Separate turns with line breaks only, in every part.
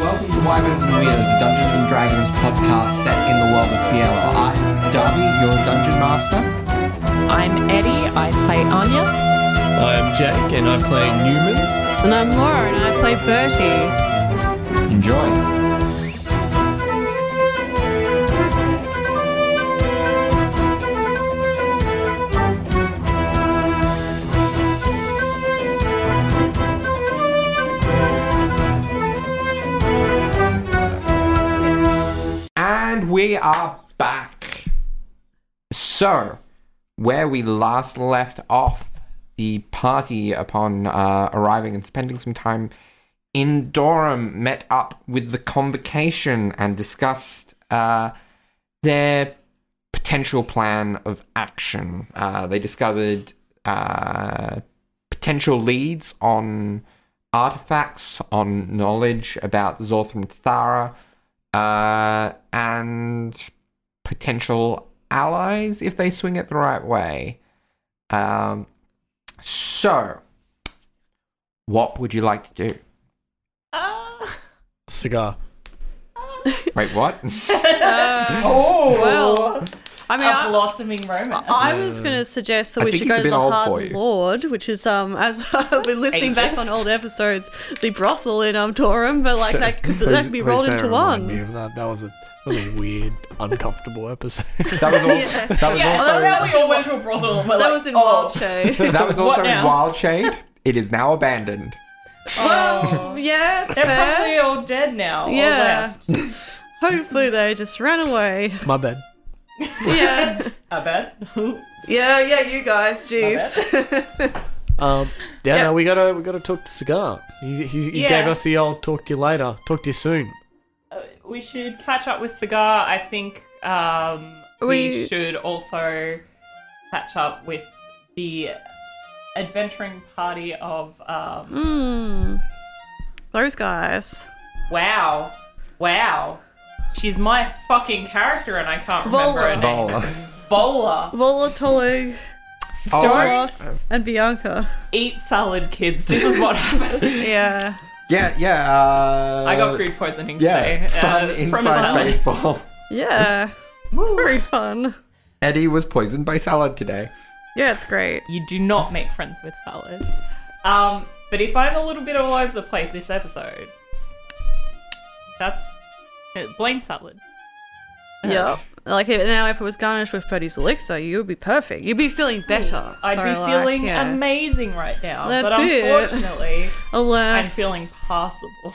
Wyverns and Weirdos, a Dungeons and Dragons podcast set in the world of Fiela. I'm Darby, your dungeon master.
I'm Eddie. I play Anya.
I'm Jack, and I play Newman.
And I'm Laura and I play Bertie.
Enjoy. And we are back. So, where we last left off, the party, upon uh, arriving and spending some time in Durham, met up with the convocation and discussed uh, their potential plan of action. Uh, they discovered uh, potential leads on artifacts, on knowledge about Zorthram Thara, uh, and potential allies if they swing it the right way. Um, so, what would you like to do?
Ah.
Cigar.
Wait, what?
Oh,
Uh, Well, Uh, I mean, I,
blossoming romance.
I was going to suggest that
I
we
think
should
he's
go
a
to
bit
the
old for
Hard
you.
Lord, which is um as I was listening back on
ageist.
old episodes, the brothel in um Durham, but like that could that could be rolled into one.
that. was a really weird, uncomfortable episode.
That was all. That was also.
how we all went to a brothel.
That was in
oh.
Wild Shade.
That was also
What now?
Wild Shade. It is now abandoned.
yeah, it's
They're
fair.
Oh. probably all dead now. or
Yeah.
left.
Hopefully they just ran away.
My bad.
Yeah.
I bet. Uh,
yeah, yeah, you guys, jeez.
Um, yeah,
Yeah.
no, we gotta we gotta talk to Cigar. He, he, he
Yeah.
gave us the old "talk to you later, talk to you soon."
we should catch up with Cigar. I think um, we...
We-
should also catch up with the adventuring party of. Um,
Hmm. Those guys.
Wow. Wow. She's my fucking character, and I can't remember her name. Bola.
Volatile,
Oh,
Olaf, and Bianca.
Eat salad, kids. This is what happens.
Yeah.
yeah, yeah. Uh,
I got food poisoning
Yeah,
today.
fun
uh, from a
inside
salad.
baseball.
Yeah. it's very fun.
Eddie was poisoned by salad today.
Yeah, it's great.
You do not make friends with salad. Um, but if I'm a little bit all over the place this episode, that's uh, blame salad.
Yeah. Like if, now, if it was garnished with Purdy's elixir, you'd be perfect. You'd be feeling better.
I'd
So,
be
like,
feeling
yeah.
amazing right now, but
That's it.
unfortunately, I'm
Alas,
feeling passable,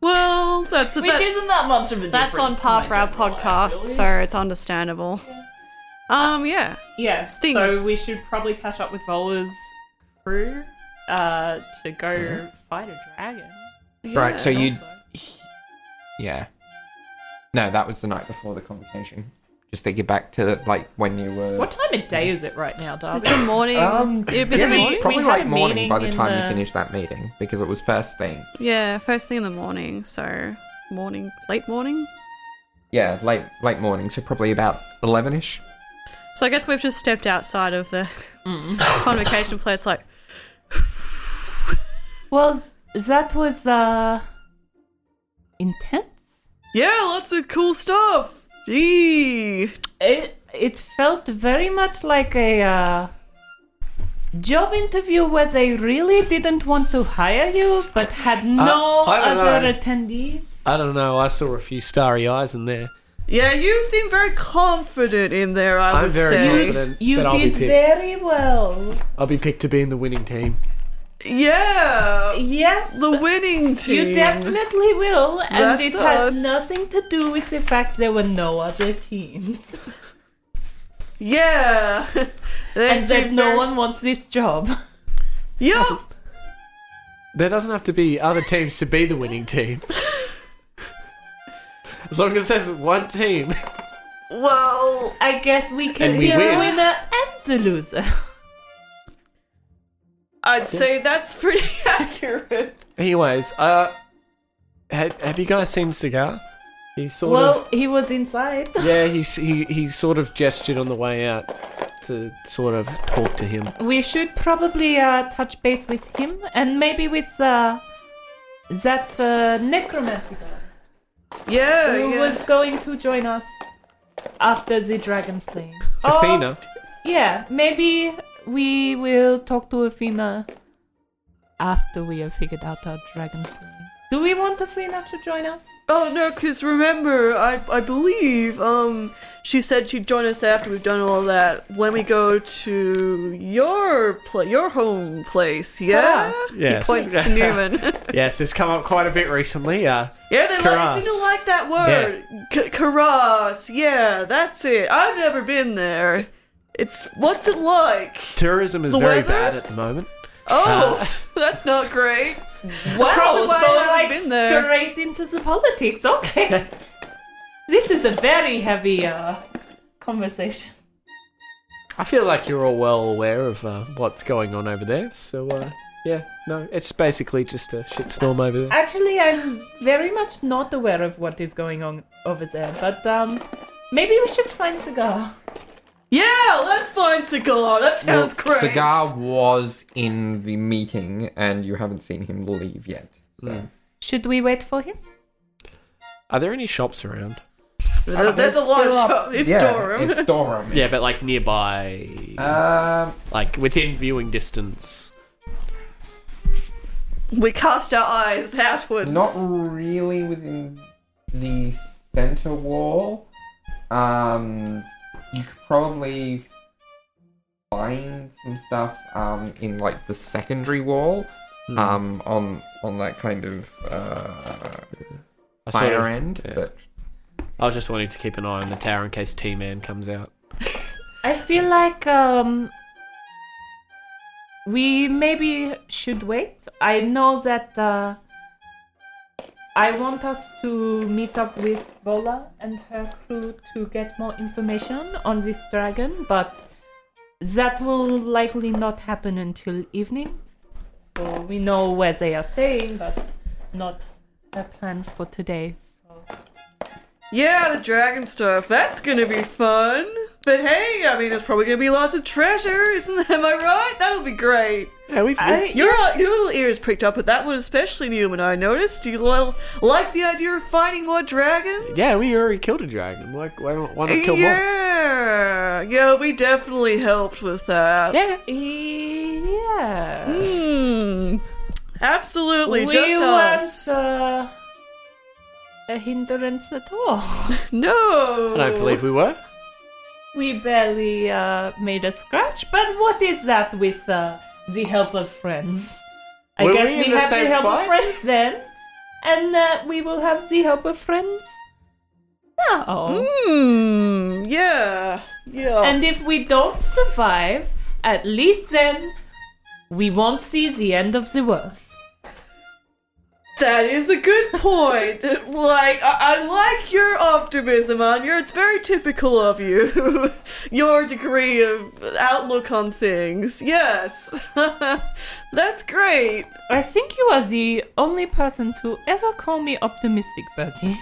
well. That's
which
that-
isn't that much of a difference.
that's on par for our podcast, so it's understandable. Um, yeah,
Yes,
things.
so we should probably catch up with Vola's crew uh, to go fight a dragon.
Right, so you.
also.
Yeah. No, that was the night before the convocation. Just take it back to like when you were.
What time of day is it right now,
it's
darling?
the morning.
Um,
it'd be the
yeah,
we-
morning.
probably
we had
like
a
morning by the
meeting
time
in
you
the-
finished that meeting because it was first thing.
Yeah, first thing in the morning. So morning, late morning.
Yeah, late late morning, so probably about eleven ish.
So I guess we've just stepped outside of the Mm. convocation place. Like,
Well, that was uh intense.
yeah, lots of cool stuff. Gee.
It it felt very much like a uh, job interview where they really didn't want to hire you, but had no
I don't
other
know.
attendees.
I don't know. I saw a few starry eyes in there.
Yeah, you seem very confident in there, I
I'm
would
very
say.
confident
You
that I'll be
did
picked.
very well.
I'll be picked to be in the winning team.
Yeah.
Yes.
The winning team.
you definitely will, and
That's
it has
us.
nothing to do with the fact there were no other teams,
Yeah.
and that no one wants this job.
Yeah.
There doesn't have to be other teams to be the winning team. as long as there's one team.
Well, I guess we can
And we
be the
win.
winner and the loser.
I'd say that's pretty accurate.
Anyways, uh, have, have you guys seen Cigar? He sort
Well, he was inside.
of, yeah, he, s- he he sort of gestured on the way out to sort of talk to him.
We should probably uh, touch base with him and maybe with uh, that uh, necromancer. guy.
Yeah,
who
yeah.
was going to join us after the dragon slaying.
Athena.
Yeah, maybe we will talk to Athena after we have figured out our dragon slaying. Do we want Athena to join us?
Oh no, because remember, I I believe um she said she'd join us after we've done all that when we go to your pla- your home place. Yeah,
Yes.
Points to Newman.
yes, it's come up quite a bit recently. Uh,
yeah, they like, seem
Karas.
to like that word, K- Karas. Yeah, that's it. I've never been there. It's what's it like?
tourism is
The
very
weather?
bad at the moment.
Oh,
Uh.
that's not great.
Wow,
Probably why
so
I haven't
like
been there.
straight into the politics. Okay. this is a very heavy uh, conversation.
I feel like you're all well aware of uh, what's going on over there. So, uh, yeah, no, it's basically just a shitstorm over there.
Actually, I'm very much not aware of what is going on over there, but um, maybe we should find Cigar.
Yeah, let's find cigar. That sounds
Well,
great.
Cigar was in the meeting, and you haven't seen him leave yet. So.
Should we wait for him?
Are there any shops around?
There- There's a lot of shop. It's
Yeah,
Durham.
It's Durham.
Yeah, but like nearby,
Um,
like within viewing distance.
We cast our eyes outwards.
not really within the center wall. Um, you could probably find some stuff um, in like the secondary wall.
Hmm.
Um, on on that kind of uh,
I sort
fire
of-
end,
yeah.
but
I was just wanting to keep an eye on the tower in case T Man comes out.
I feel like um, we maybe should wait. I know that uh, I want us to meet up with Bola and her crew to get more information on this dragon, but that will likely not happen until evening. So we know where they are staying, but not their plans for today. So.
Yeah, the dragon stuff. That's gonna be fun. But hey, I mean, there's probably gonna be lots of treasure, isn't? Am I right? That'll be great.
Yeah, we've.
I,
Your uh, your little ears pricked up at that one, especially Newman. I noticed. Do you li- like the idea of finding more dragons?
yeah, we already killed a dragon. Why, why, not- why not kill more?
yeah, yeah. We definitely helped with that.
Yeah.
yeah.
Hmm. Absolutely,
we
just
weren't,
us.
Uh, a hindrance at all.
no,
I don't believe we were.
We barely uh, made a scratch, but what is that with uh, the help of friends? I
Were
guess
we
we,
in the
have the
same
help
fight?
of friends then, and uh, we will have the help of friends now.
Mm.
Hmm. Yeah. Yeah.
And if we don't survive, at least then we won't see the end of the world.
That is a good point. like, I-, I like your optimism, Anya. It's very typical of you. your degree of outlook on things. Yes. That's great.
I think you are the only person to ever call me optimistic, Bertie.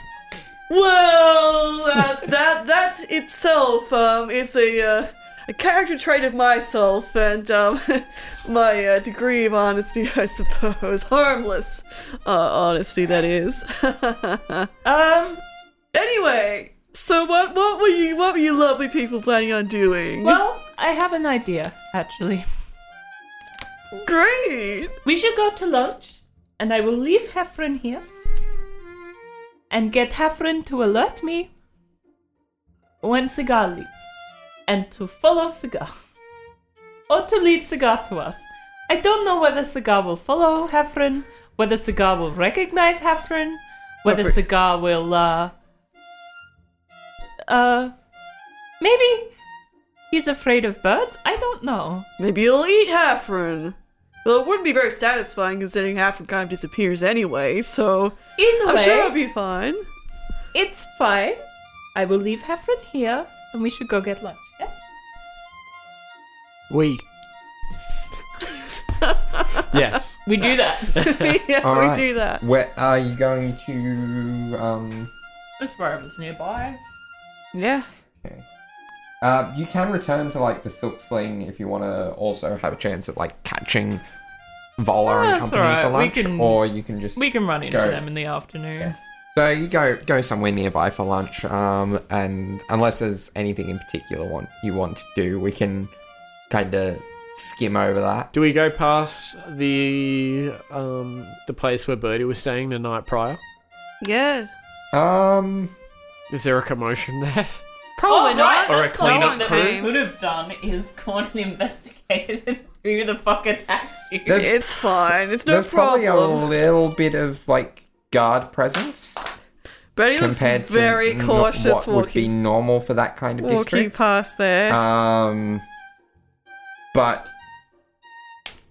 Well, uh, that that itself um, is a uh, a character trait of myself and um, my uh, degree of honesty, I suppose, harmless uh, honesty that is.
Um,
Anyway, so what what were you what were you lovely people planning on doing?
Well, I have an idea, actually.
great.
We should go to lunch, and I will leave Heffron here and get Heffron to alert me when Cigar leaves and to follow Cigar or to lead Cigar to us. I don't know whether Cigar will follow Heffron, whether Cigar will recognize Heffron, whether
Heffron.
Cigar will, uh, uh, maybe he's afraid of birds? I don't know.
Maybe you'll eat Hafren. Well, it wouldn't be very satisfying considering Hafren kind of disappears anyway, so
Either
I'm
way,
sure it'll be fine.
It's fine. I will leave Heffron here, and we should go get lunch. Yes.
We. yes.
We do that.
yeah,
All
we
right.
do that.
where are you going to? Um,
this bar was nearby.
Yeah.
okay. Uh, you can return to like the Silk Sling if you want to also have a chance at like catching Vola
Yeah,
and
that's
company
all right.
for
We
lunch,
can-
or you can just
We can run into
Go.
them in the afternoon.
Yeah. So you go go somewhere nearby for lunch, um, and unless there's anything in particular want you want to do, we can kind of skim over that.
Do we go past the um the place where Birdie was staying the night prior?
Yeah.
Um,
Is there a commotion there?
Oh,
Probably not.
Or a
that's
cleanup
all I
crew?
came- Could have done is gone and investigated who the fuck attacked you.
There's-
It's fine. It's no
there's probably a
problem.
little bit of like guard presence
Betty looks
compared to
very
n-
cautious
what would be
walking,
normal for that kind of
walking
district.
past there.
Um, but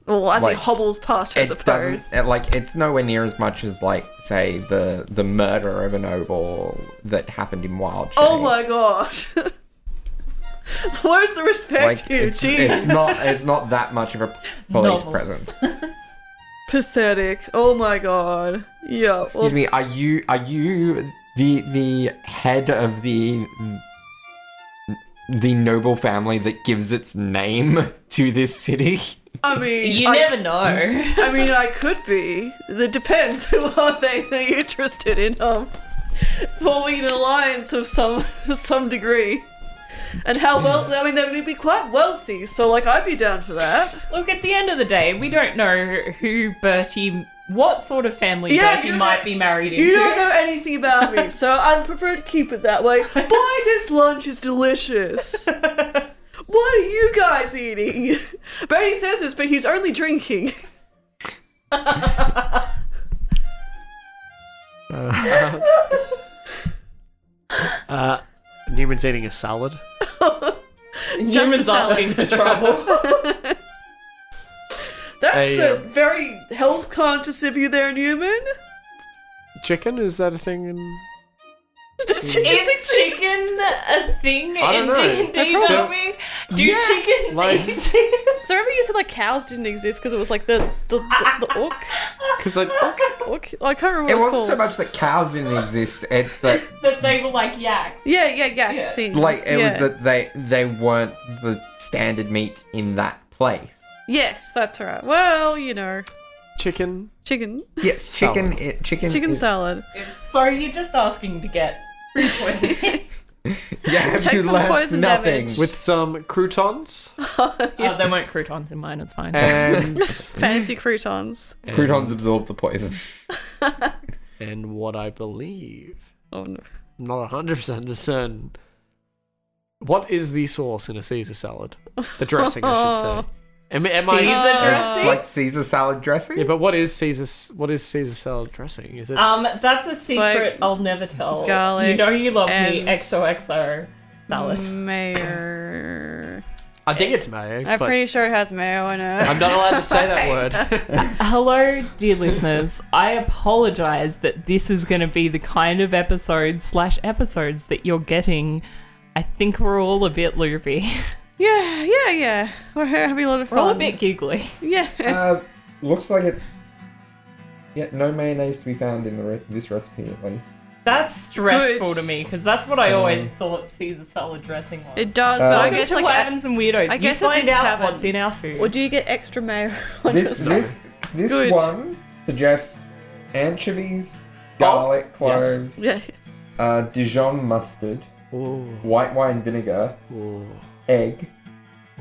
well, as
like,
he hobbles past, I
it
suppose.
doesn't it, like it's nowhere near as much as like say the the murder of a noble that happened in Wild.
Oh
Shade.
my god. Where's the respect
Like
here?
it's,
Jeez.
it's not it's not that much of a police
Novels.
presence.
Pathetic. Oh my god. Yeah.
Excuse me, are you are you the the head of the the noble family that gives its name to this city?
I mean,
you
I,
never know.
I mean, I could be. It depends. Who are they? They're interested in um forming an alliance of some some degree. And how well? I mean, they would be quite wealthy, so like I'd be down for that.
Look, at the end of the day, we don't know who Bertie, what sort of family
Yeah,
Bertie
you
might
don't-
be married into.
You don't know anything about me, so I'd prefer to keep it that way. Boy, this lunch is delicious. What are you guys eating? Bernie says this, but he's only drinking.
Uh, Newman's eating a salad.
Just
Newman's
a salad.
asking for trouble.
That's
I,
a
um,
very health conscious of you there, Newman.
Chicken is that a thing? In...
Is chicken a thing
I
in
don't know.
D&D,
I
don't we? Do
Yes!
chickens
Like-
exist?
So remember you said like cows didn't exist because it was like the the, the, the orc,
Because like,
orc. I can't remember
It
what
wasn't
it's called.
so much that cows didn't exist, it's that
that they were like yaks.
yeah, yeah, yeah.
Yeah.
Things.
like it
yeah.
was that they they weren't the standard meat in that place.
Yes, that's right. Well, you know,
chicken.
chicken,
Yes, chicken it, chicken
chicken
is-
salad.
So you're just asking to get food poisoning.
Yeah,
Take
you
some
learnt
poison
nothing.
damage.
with some croutons
oh, there weren't croutons in mine, it's fine.
and
Fantasy croutons.
croutons
um,
absorb the poison.
and what I believe.
Oh no.
I'm not 100% discern. What is the sauce in a Caesar salad? The dressing, I should say. Am, am I?
Caesar
Oh,
dressing?
It's like Caesar salad dressing.
Yeah, but what is Caesar? What is Caesar salad dressing? Is it?
Um, that's a
like
secret I'll never tell.
garlic
you know you love me.
and-
XOXO salad.
Mayo.
I think it's mayo.
I'm
but
pretty sure it has mayo in it.
I'm not allowed to say that word.
Hello, dear listeners. I apologize that this is going to be the kind of episode slash episodes that you're getting. I think we're all a bit loopy.
Yeah, yeah, yeah. We're having a lot of
We're all a
fun.
bit giggly.
Yeah.
Uh, looks like it's yeah, no mayonnaise to be found in the re- this recipe at least.
That's stressful
Good.
to me because that's what I
Um,
always thought Caesar salad dressing was.
It does,
Uh,
but I
Welcome
guess
to
like. a-
Wavens and Weirdos.
I guess
you
at
find
this
out
tavern-
what's in our food.
Or do you get extra mayo on your
This
salad?
this this
Good.
one suggests anchovies, garlic cloves,
Yeah.
uh, Dijon mustard,
Ooh,
white wine vinegar,
ooh,
egg,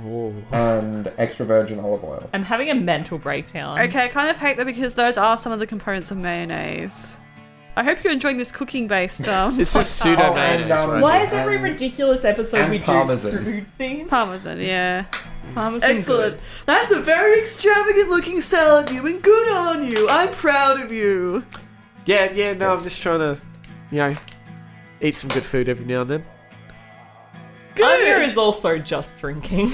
ooh.
and extra virgin olive oil.
I'm having a mental breakdown.
Okay, I kind of hate that because those are some of the components of mayonnaise. I hope you're enjoying this cooking based um
This is pseudo
and,
mayonnaise.
um,
right?
Why is every
And-
ridiculous episode
and
we do
parmesan.
food theme?
parmesan, yeah.
Parmesan.
Excellent.
good.
That's a very extravagant looking salad, Newman. Good on you. I'm proud of you.
Yeah, yeah. No, I'm just trying to, you know, eat some good food every now and then.
Hunger is
Good.
also just drinking.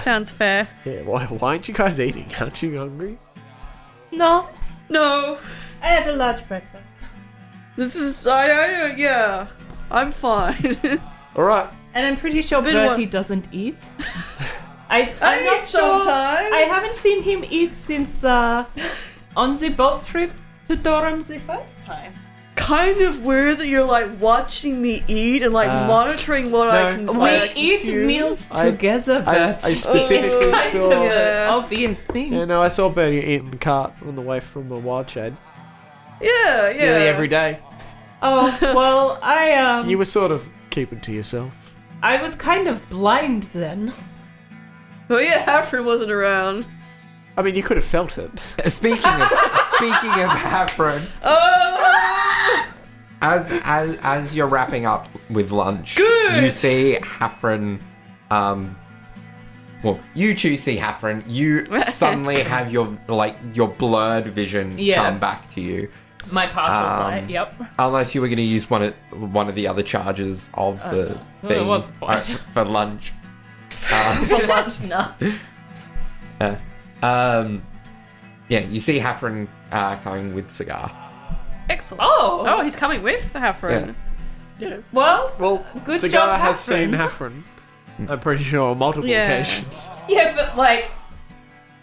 Sounds fair.
Yeah. Why? Why aren't you guys eating? Aren't you hungry?
no,
No,
I had a large breakfast.
this is. I. I. Yeah. I'm fine.
All right.
And I'm pretty sure
been
Bertie
one-
doesn't eat. I, I'm
I
not
eat
sure.
sometimes.
I haven't seen him eat since uh, on the boat trip to Durham the first time.
kind of weird that you're like watching me eat and like
Uh,
monitoring what
no.
I can.
We
what I
eat
consume.
meals
I-
together,
I,
Bertie.
I specifically
It's kind of
saw.
a-
Obvious thing.
Yeah, no, I saw Bernie eating the cart on the way from the wild shed.
Yeah, yeah.
Nearly every day.
Oh well, I um,
You were sort of keeping to yourself.
I was kind of blind then.
Well, Oh, yeah, Hafren wasn't around.
I mean, you could have felt it.
Uh, Speaking of speaking of Hafren,
Oh!
Ah!
as as as you're wrapping up with lunch,
Good.
you see Hafren. Um, well, you two see Hafren. You suddenly have your like your blurred vision
Yeah.
come back to you,
My partial
Um,
sight. Yep.
unless you were going to use one of one of the other charges of the
Uh, Well, there
thing
was a point.
uh, for lunch. Um,
For lunch, nah.
Yeah. Um, yeah, you see Hafren uh, coming with cigar.
Excellent.
Oh.
Oh, he's coming with the Hafren.
Yeah.
Well,
Well,
Good
Cigar
job,
has
Hafren.
seen Hafren. I'm pretty sure on multiple
Yeah.
occasions.
yeah, but like,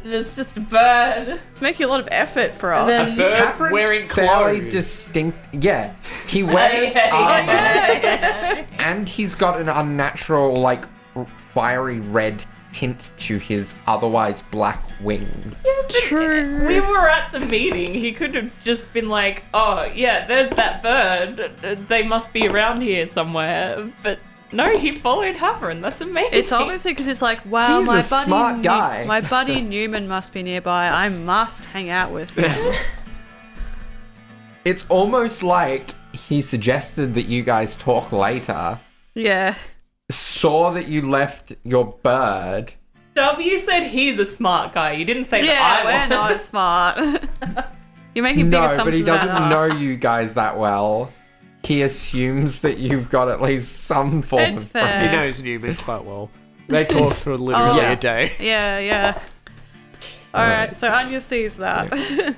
there's just a bird.
It's making a lot of effort for us.
And then-
Bird
Hafren's
wearing
fairly
clothes.
distinct. Yeah, he wears
Yeah,
armor,
yeah,
and he's got an unnatural, like, r- fiery red tint to his otherwise black wings.
True.
We were at the meeting. He could have just been like, "Oh yeah, there's that bird. They must be around here somewhere." But no, he followed Havren. That's amazing.
It's obviously because it's like, wow,
He's
my
a
buddy,
smart
Neu-
guy.
my buddy Newman must be nearby. I must hang out with him.
It's almost like he suggested that you guys talk later,
yeah.
saw that you left your bird.
W said he's a smart guy. You didn't say
Yeah,
that I
we're
was.
not smart. You're making big
No,
assumptions
but he doesn't
about
know
us.
you guys that well. He assumes that you've got at least some form
It's
of
fair.
He knows Newman quite well. They talked for literally
Oh.
Yeah.
a day.
Yeah, yeah. All right, so Anya sees that.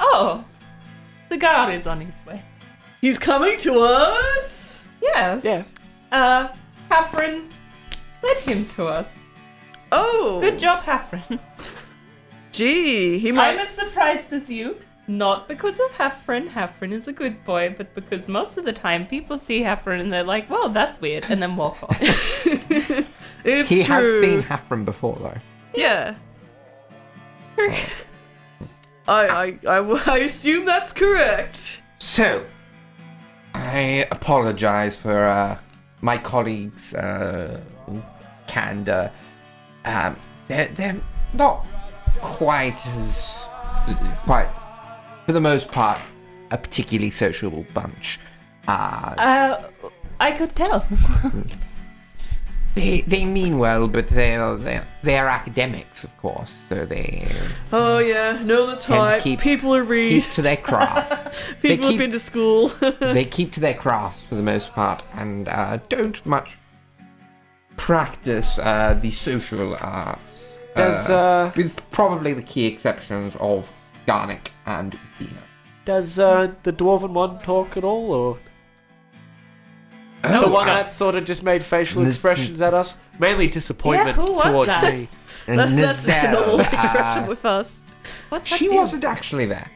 Oh, the guard is on his way.
He's coming to us?
Yes.
Yeah.
Uh, Hafren led him to us.
Oh!
Good job, Hafren.
Gee, he
I'm
must.
as surprised as you. Not because of Hafren. Hafren is a good boy, but because most of the time people see Hafren and they're like, "Well, that's weird," and then walk off.
It's
He
true.
has seen Hafren before, though.
yeah.
I, I, I, I assume that's correct.
So, I apologize for uh, my colleagues' uh, candor. Um, they're, they're not quite as. quite, for the most part, a particularly sociable bunch. Uh,
Uh, I could tell.
they, they mean well, but they're, they're, they're academics, of course, so they
Oh, yeah, know the
to
type.
keep-
People who read.
keep to their craft. they
People
keep-
have been to school.
they keep to their crafts for the most part and uh, don't much practice uh, the social arts.
Does uh,
with probably the key exceptions of Garnic and Athena.
does uh, the dwarven one talk at all, or Oh, the one that sort of just made facial
Listen.
expressions at us? Mainly disappointment
Yeah, who was
towards
that?
me.
and
that, that's a
Nizel,
normal
uh,
expression with us.
What's
she wasn't actually there.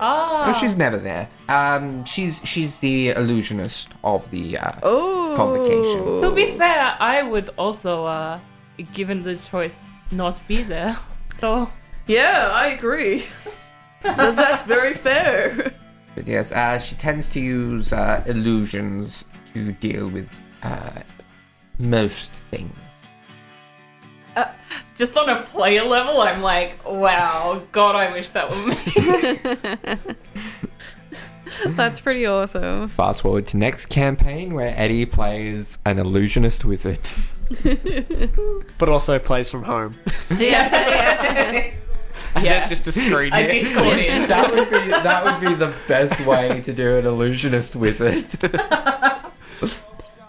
Ah,
No, she's never there. Um, she's she's the illusionist of the uh,
Oh.
convocation.
to be fair, I would also, uh, given the choice, not be there. So
Yeah, I agree. That- that's very fair.
But yes, uh, she tends to use uh, illusions to deal with uh, most things.
just on a player level, I'm like, wow, God, I wish that were me.
That's pretty awesome.
Fast forward to next campaign where Eddie plays an illusionist wizard.
But also plays from home.
Yeah,
And
Yeah.
That's just a screen.
I
here.
discord it.
that would be that would be the best way to do an illusionist wizard.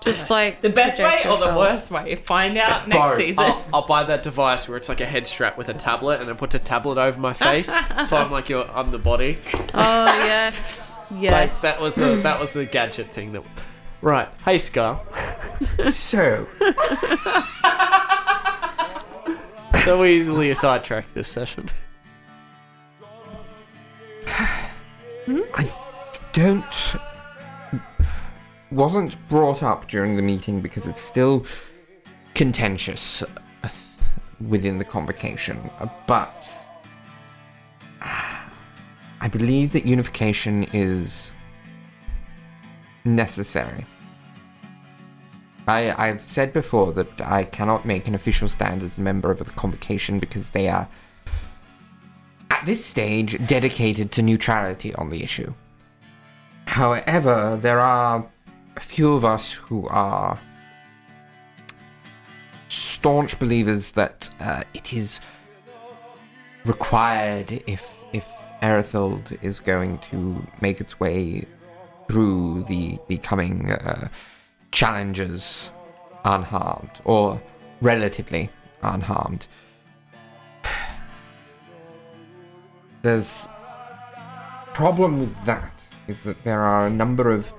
Just like
The best way
project
or the
yourself.
worst way? Find out next
Both.
season.
I'll, I'll buy that device where it's like a head strap with a tablet, and it puts a tablet over my face, so I'm like, you're, I'm the body.
Oh yes,
Like
yes.
that was a that was a gadget thing that. Right, hey Scar.
So
So easily sidetracked this session.
don't wasn't brought up during the meeting because it's still contentious within the convocation. But I I believe that unification is necessary. I, I've said before that I cannot make an official stand as a member of the convocation because they are, at this stage, dedicated to neutrality on the issue. However, there are a few of us who are staunch believers that uh, it is required if if Aerithold is going to make its way through the the coming uh, challenges unharmed or relatively unharmed. There's problem with that is that there are a number of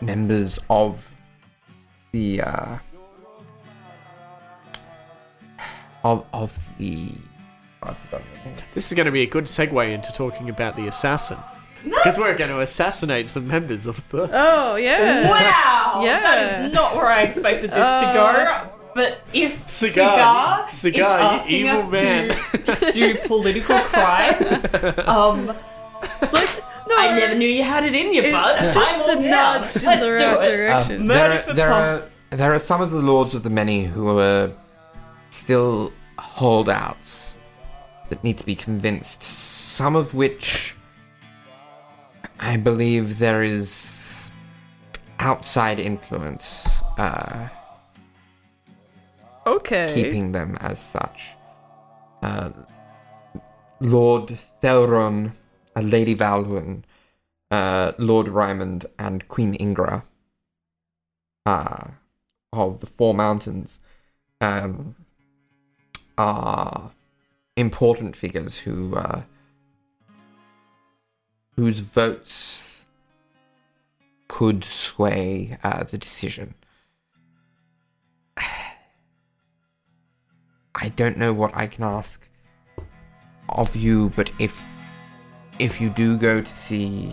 members of the uh, of of the I've forgotten the name.
This is going to be a good segue into talking about the assassin. Because we're going to assassinate some members of the.
Oh, yeah.
Wow! That
Yeah.
is not where I expected this to
Uh,
go. But if
Cigar.
Cigar,
Cigar, you
is asking
evil
us
man.
to do political crimes, um,
It's like, no,
I never knew you had it in you, bud.
It's just
I'm
a
all down.
nudge in
Let's
the
do
right
it.
direction.
Um, there,
Murder for
are, there
profit.
are there are some of the lords of the many who are still holdouts that need to be convinced. Some of which I believe there is outside influence uh,
okay.
keeping them as such. Uh, Lord Thelron, uh, Lady Valwyn, uh, Lord Raymond, and Queen Ingra uh, of the Four Mountains um, are important figures who uh, whose votes could sway uh, the decision. I don't know what I can ask of you, but if if you do go to see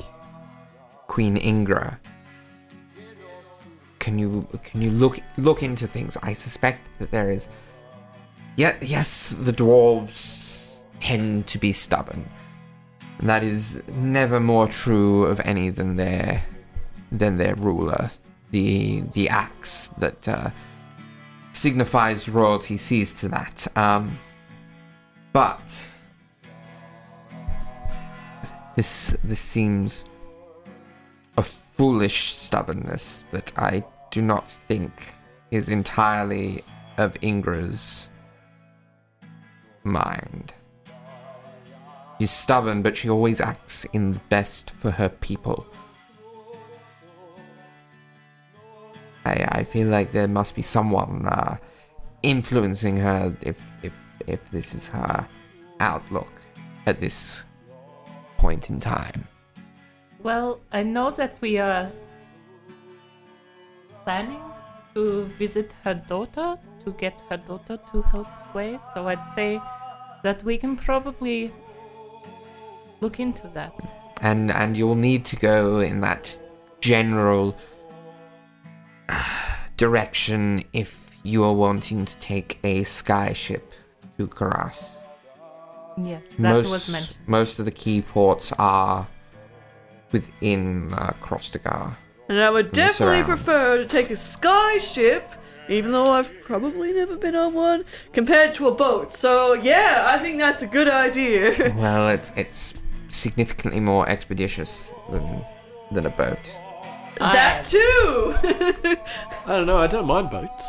Queen Ingra, can you can you look look into things? I suspect that there is. Yeah, yes, the dwarves tend to be stubborn. And that is never more true of any than their than their ruler, the the axe that. Uh, signifies royalty sees to that. Um, but this this seems a foolish stubbornness that I do not think is entirely of Ingra's mind. She's stubborn, but she always acts in the best for her people. I, I feel like there must be someone uh, influencing her if if if this is her outlook at this point in time.
Well, I know that we are planning to visit her daughter to get her daughter to help Sway, so I'd say that we can probably look into that.
And and you'll need to go in that general direction if you are wanting to take a skyship to Karas.
Yes, that
most,
was mentioned.
most of the key ports are within uh, Krostagar.
And I would definitely
surrounds.
prefer to take a sky ship, even though I've probably never been on one, compared to a boat. So yeah, I think that's a good idea.
Well, it's it's significantly more expeditious than than a boat.
that too.
I don't know, I don't mind boats.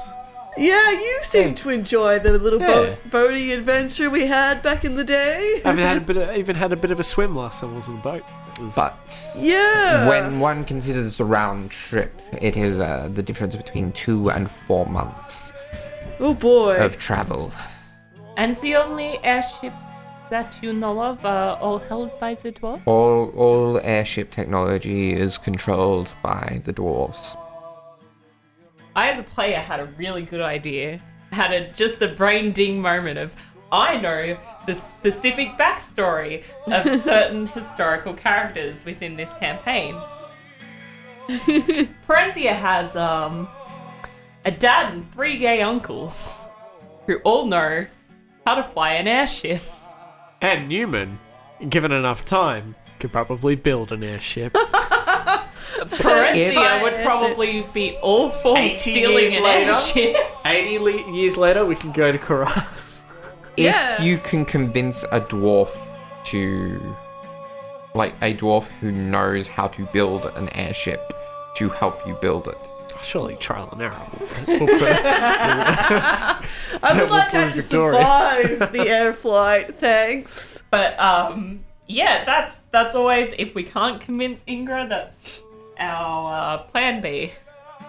yeah, you seem to enjoy the little
Yeah.
boat boating adventure we had back in the day.
I haven't had a bit of, even had a bit of a swim last time I was on the boat. It was-
But
yeah.
when one considers the round trip, it is uh, the difference between two and four months
oh boy.
of travel.
And the only airships that you know of are all held by the dwarf?
All all airship technology is controlled by the dwarves.
I, as a player, had a really good idea. Had a just a brain ding moment of, I know the specific backstory of certain historical characters within this campaign. Parenthea has um, a dad and three gay uncles who all know how to fly an airship.
and Newman given enough time, could probably build an airship.
If-
Parentia would probably be all for
80 years
stealing an
later.
airship.
80 le- years later, we can go to Koran.
Yeah.
If you can convince a dwarf to, like a dwarf who knows how to build an airship, to help you build it.
Surely trial and error. will- will put-
I
We'll
would like to
prove
actually
victorious.
survive the air flight, thanks.
But um, yeah, that's that's always if we can't convince Ingra, that's our uh, plan B.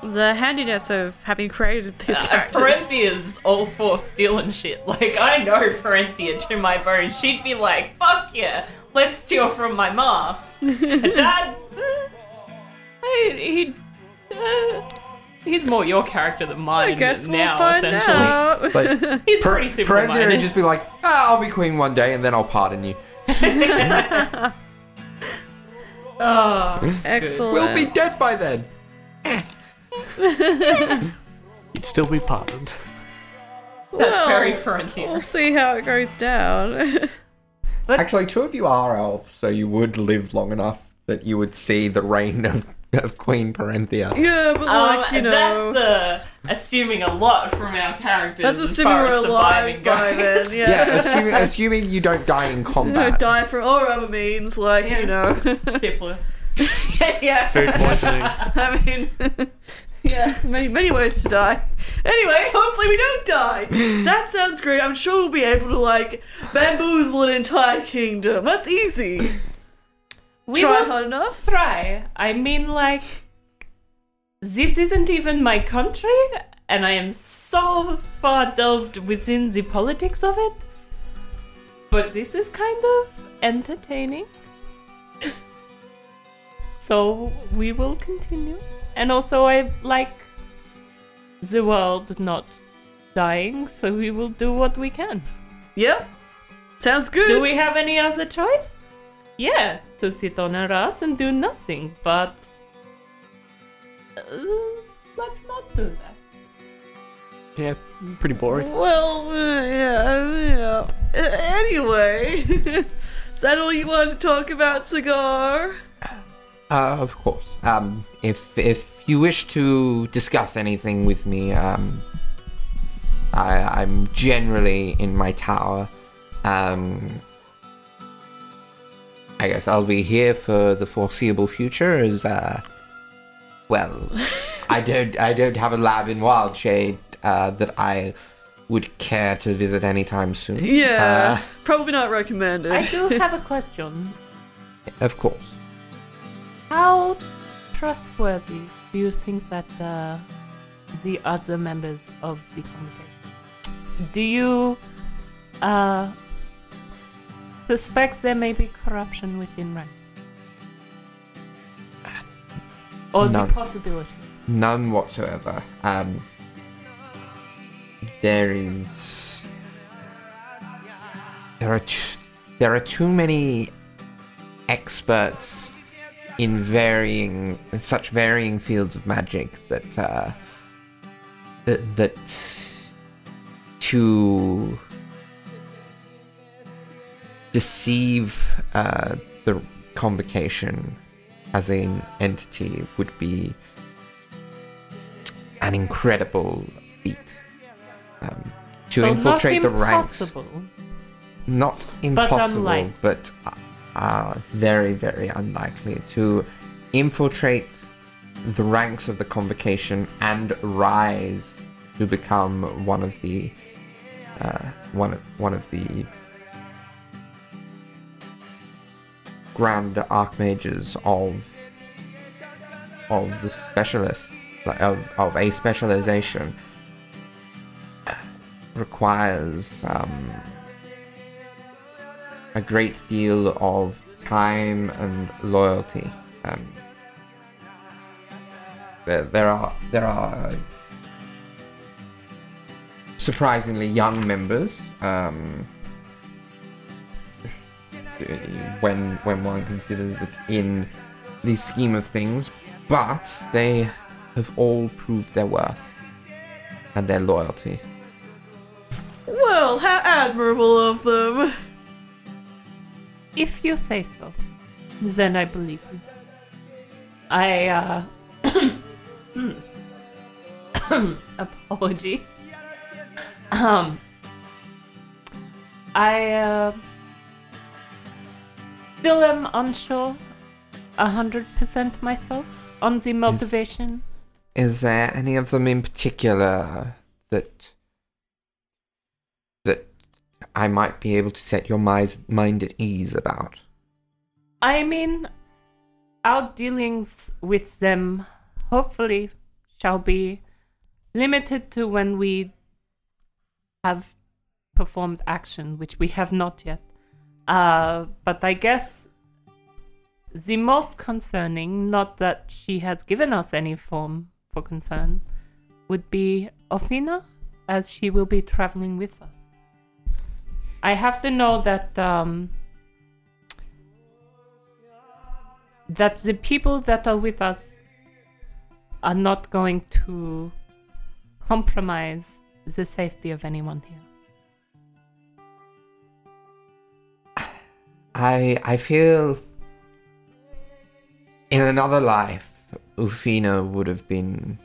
The handiness of having created these
Uh,
characters.
Parentia's all for stealing shit. Like I know Parentia to my bone. She'd be like, "Fuck yeah, let's steal from my ma." Her Dad, uh, he, he uh, he's more your character than mine.
I guess we'll
now,
find
essentially.
out.
Like,
He's
Per-
pretty simple
Perenthia would
minded.
just be like, ah, I'll be queen one day and then I'll pardon you.
Ah.
Excellent.
We'll be dead by then.
You'd still be pardoned.
that's
Well,
very
We'll
Parentia.
see how it goes down.
Um,
Actually, two of you are elves, so you would live long enough that you would see the reign of, of Queen Parenthia.
Yeah,
Um,
but like, you know.
That's uh, assuming a lot from our characters.
That's
as
assuming
far as
we're alive
surviving
by
goes.
then,
Yeah,
yeah.
assuming, assuming you don't die in
No,
combat.
die from all other means, like,
Yeah.
you know.
Syphilis.
yeah.
Food poisoning.
I mean, yeah, many, many ways to die. Anyway, hopefully we don't die. That sounds great. I'm sure we'll be able to, like, bamboozle an entire kingdom. That's easy.
We
Try
will
hard enough.
try. I mean, like, this isn't even my country, and I am so far delved within the politics of it. But this is kind of entertaining. So we will continue. And also, I like the world not dying, so we will do what we can.
Yep. Sounds good.
Do we have any other choice? Yeah, to sit on our ass and do nothing, but. Uh, let's not do that.
Yeah, pretty boring.
Well, uh, yeah, yeah. Uh, anyway, is that all you wanted to talk about, cigar?
Uh, of course. Um, if if you wish to discuss anything with me, um, I, I'm generally in my tower. Um, I guess I'll be here for the foreseeable future. As uh, well, I don't I don't have a lab in Wildshade uh, that I would care to visit anytime soon.
Yeah, probably not recommended.
I do have a question.
Uh, of course.
How trustworthy do you think that uh, the other members of the congregation? Do you uh, suspect there may be corruption within rank? Or
None.
the possibility?
None whatsoever. Um, there is. There are too, there are too many experts in varying in such varying fields of magic that uh, that, that to deceive uh, the convocation as an entity would be an incredible feat. Um, to
So
infiltrate
not
the ranks,
impossible.
not impossible,
unlikely.
but uh, uh, very, very unlikely to infiltrate the ranks of the convocation and rise to become one of the uh, one of one of the grand archmages of of the specialist like, of, of a specialization uh, requires um, a great deal of time and loyalty. Um, there, there are there are uh, surprisingly young members. Um, when when one considers it in the scheme of things, but they have all proved their worth and their loyalty.
well, how admirable of them.
If you say so, then I believe you. I, uh. apologies. Um. I, uh. Still am unsure, 100% myself, on the motivation.
Is there any of them in particular that that I might be able to set your mis- mind at ease about?
I mean, our dealings with them hopefully shall be limited to when we have performed action, which we have not yet. Uh, but I guess the most concerning, not that she has given us any form for concern, would be Ofina, as she will be traveling with us. I have to know that. Um, that the people that are with us are not going to compromise the safety of anyone here.
I I feel in another life, Ufina would have been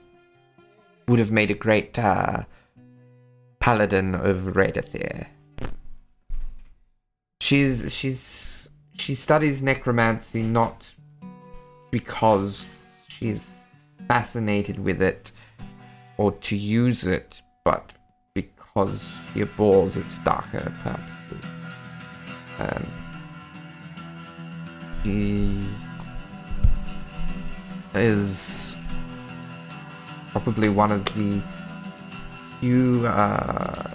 would have made a great uh, paladin of Redathir. She's she's she studies necromancy not because she's fascinated with it or to use it, but because she abhors its darker purposes. Um, he is probably one of the few uh,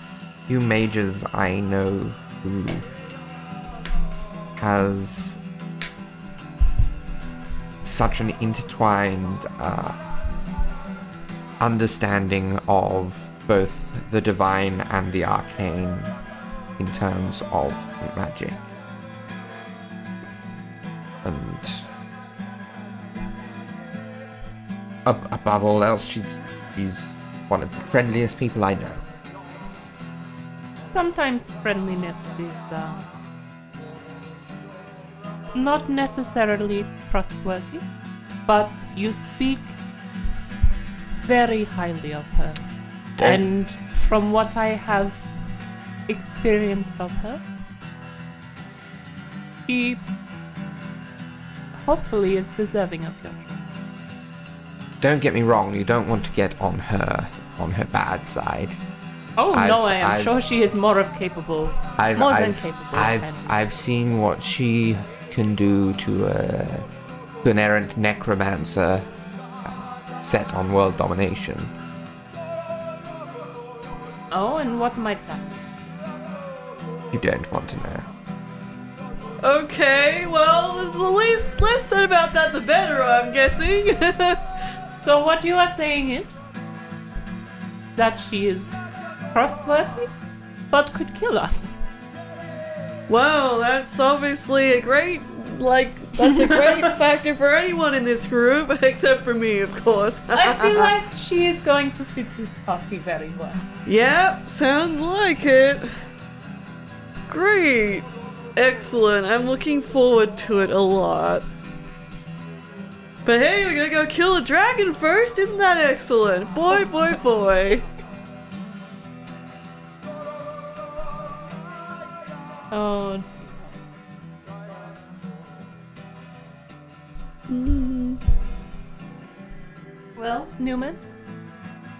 few mages I know who has such an intertwined uh, understanding of both the divine and the arcane in terms of magic. And ab- above all else, she's she's one of the friendliest people I know.
Sometimes friendliness is uh, not necessarily trustworthy, but you speak very highly of her. And from what I have experienced of her, she hopefully is deserving of your trust.
Don't get me wrong; you don't want to get on her on her bad side.
Oh
I've-
no, I am
I've-
sure she is more of capable,
I've,
more
I've,
than capable. and-
I've, I've seen what she can do to, a, to an errant necromancer set on world domination.
oh, and what might that? be?
You don't want to know.
Okay, well, the least less said about that, the better, I'm guessing.
So what you are saying is that she is trustworthy, but could kill us.
wow, that's obviously a great, like, that's a great factor for anyone in this group, except for me, of course.
I feel like she is going to fit this party very well.
Yep, sounds like it. Great. Excellent. I'm looking forward to it a lot. But hey, we're gonna go kill a dragon first. Isn't that excellent? Boy, boy, boy.
Oh, well, Newman,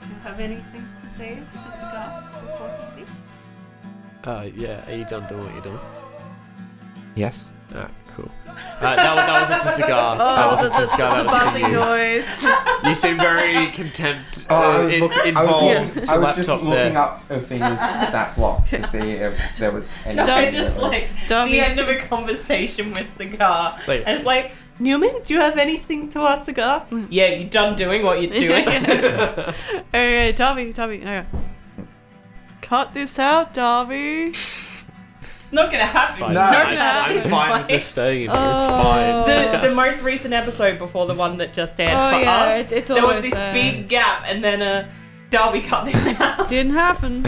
you have anything to say to this guy before he leaves?
Uh, yeah, are you done doing what you're doing?
Yes?
Ah, cool. Uh, that, that wasn't a cigar. that
Oh,
wasn't a cigar. That was from
Buzzing
you.
noise.
You seem very contempt
Oh,
uh,
I was,
in-
look- I was,
involved.
looking-
with
I
your
was just
laptop
looking
there.
up Athena's stat block to see if there was anything.
I just like
Dummy.
the end of a conversation with Cigar.
So-
and it's like, Newman, do you have anything to ask Cigar? Mm. Yeah, you done doing what you're doing.
Hey, Dobby, Dobby. No.
Oh,
Cut this out, Dobby.
Not gonna happen.
Fine.
No,
I,
no.
I'm fine with this staying in here. It's
Oh.
fine.
The, the most recent episode before the one that just aired
Oh,
for
yeah,
us,
it- it's
there was
always
this
there.
big gap, and then uh, Darby cut this out.
Didn't happen.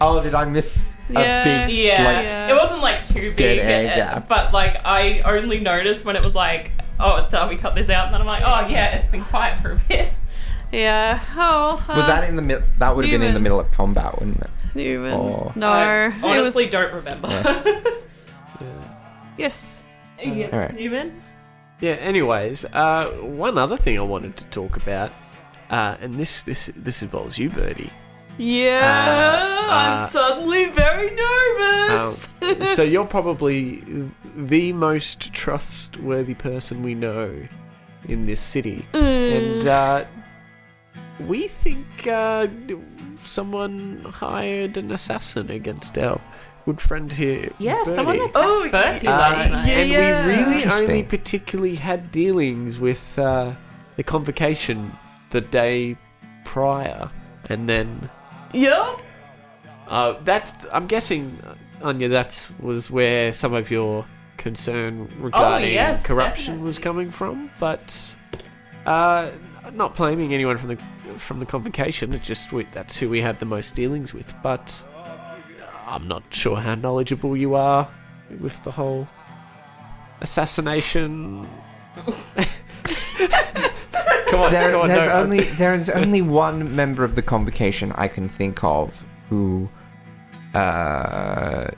Oh, did I miss.
Yeah.
big
Yeah,
like
Yeah.
it wasn't like too big,
egg,
uh,
yeah.
but like I only noticed when it was like, oh, Darby cut this out, and then I'm like, oh yeah, it's been quiet for a bit.
Yeah. Oh, well,
was
uh,
that in the middle? That would have been in the
Newman.
middle of combat, wouldn't it?
Newman?
Oh.
No,
I
it was
honestly don't remember.
yes.
yes,
Alright.
Newman.
Yeah. Anyways, uh, one other thing I wanted to talk about, uh, and this this this involves you, Birdie.
Yeah.
Uh, I'm suddenly very
Um,
nervous.
Uh, so you're probably the most trustworthy person we know in this city,
Mm.
and uh, we think uh, someone hired an assassin against our good friend here.
Yeah, someone
Birdie.
attacked
Oh,
Bertie
Uh,
last night.
yeah.
and we really only
Interesting.
particularly had dealings with uh, the convocation the day prior, and then
Yup.
uh, that's. I'm guessing, uh, Anya, that was where some of your concern regarding
yes,
corruption was
definitely.
coming from. But uh, not blaming anyone from the from the convocation. It just we, that's who we had the most dealings with. But I'm not sure how knowledgeable you are with the whole assassination. come on,
There,
come on,
there's
no,
only there is only one member of the convocation I can think of who, uh,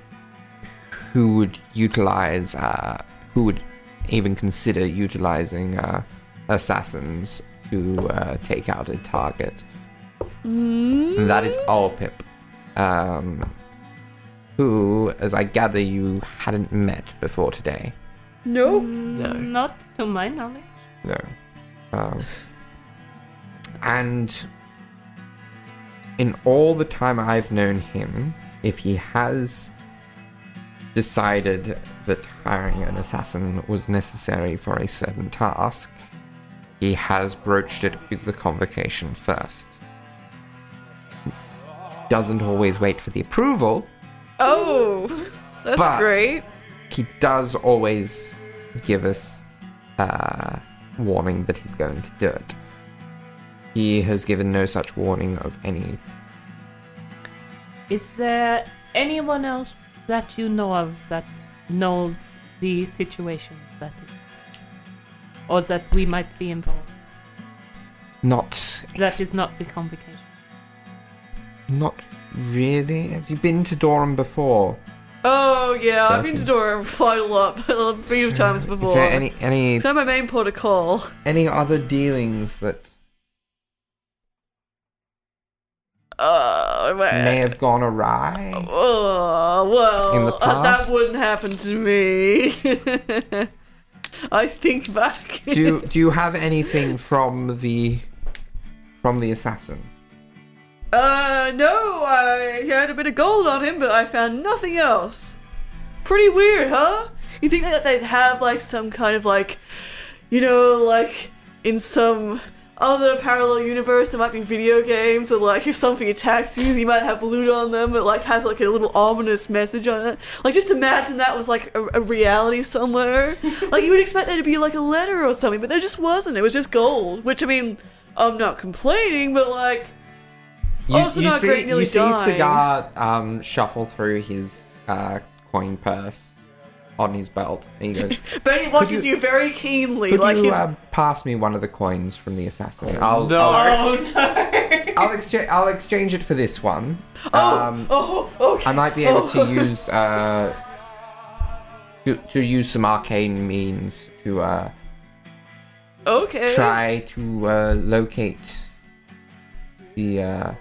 who would utilize uh, who would even consider utilizing uh, assassins to uh, take out a target. And
Mm,
that is Allpip, um, who, as I gather, you hadn't met before today.
Nope.
No.
Mm,
Not to my knowledge.
No. Um, and in all the time I've known him, if he has decided that hiring an assassin was necessary for a certain task, he has broached it with the convocation first. Doesn't always wait for the approval,
Oh, that's
But-
great.
he does always give us uh, warning that he's going to do it. He has given no such warning of any.
Is there anyone else that you know of that knows the situation that it, or that we might be involved?
Not.
That
Ex-
is not the convocation.
not really. Have you been to Dorum before?
Oh yeah, I've been to Dora quite a lot, a few times before.
Is there any any
it's kind of my main port of call.
any other dealings that
Uh,
may
man.
have gone awry?
Uh, well,
In the
uh, that
past?
wouldn't happen to me. I think back.
do do you have anything from the from the assassin?
Uh, no, I had a bit of gold on him, but I found nothing else. Pretty weird, huh? You think that they'd have, like, some kind of, like, you know, like, in some other parallel universe, there might be video games, and, like, if something attacks you, you might have loot on them that, like, has, like, a little ominous message on it. Like, just imagine that was, like, a, a reality somewhere. like, you would expect there to be, like, a letter or something, but there just wasn't. It was just gold, which, I mean, I'm not complaining, but, like,
You,
Also
you
not
see,
great, nearly
you see
dying.
cigar um, shuffle through his uh, coin purse on his belt, and he goes,
Benny watches
you-
you, very keenly,
"Could
like
you
he's.
uh, pass me one of the coins from the assassin? I'll
No.
I'll,
Oh no!
I'll, excha- I'll exchange it for this one.
oh,
um,
oh, okay.
I might be able to
oh.
use uh, to, to use some arcane means to uh,
Okay.
try to uh, locate the. Uh,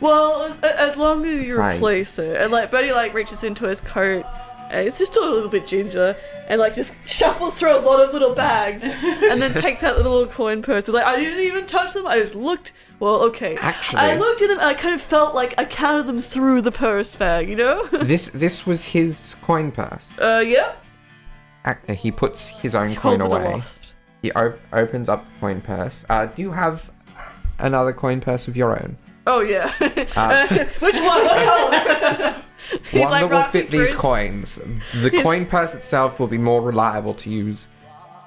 Well, as, as long as you
Right.
replace it, and like Benny like reaches into his coat, and it's just still a little bit ginger, and like just shuffles through a lot of little bags, and then takes out the little coin purse. It's like I didn't even touch them. I just looked. Well, okay.
Actually-
I looked at them. and I kind of felt like I counted them through the purse bag. You know.
this this was his coin purse.
uh, yep.
Ac- He puts his own coin
Hold it
away.
aloft.
He op- opens up the coin purse. Uh, do you have another coin purse of your own?
Oh yeah. Which one? What color?
Uh,
He's
One
like
that will
rocking
fit these
through-
coins. The coin purse itself will be more reliable to use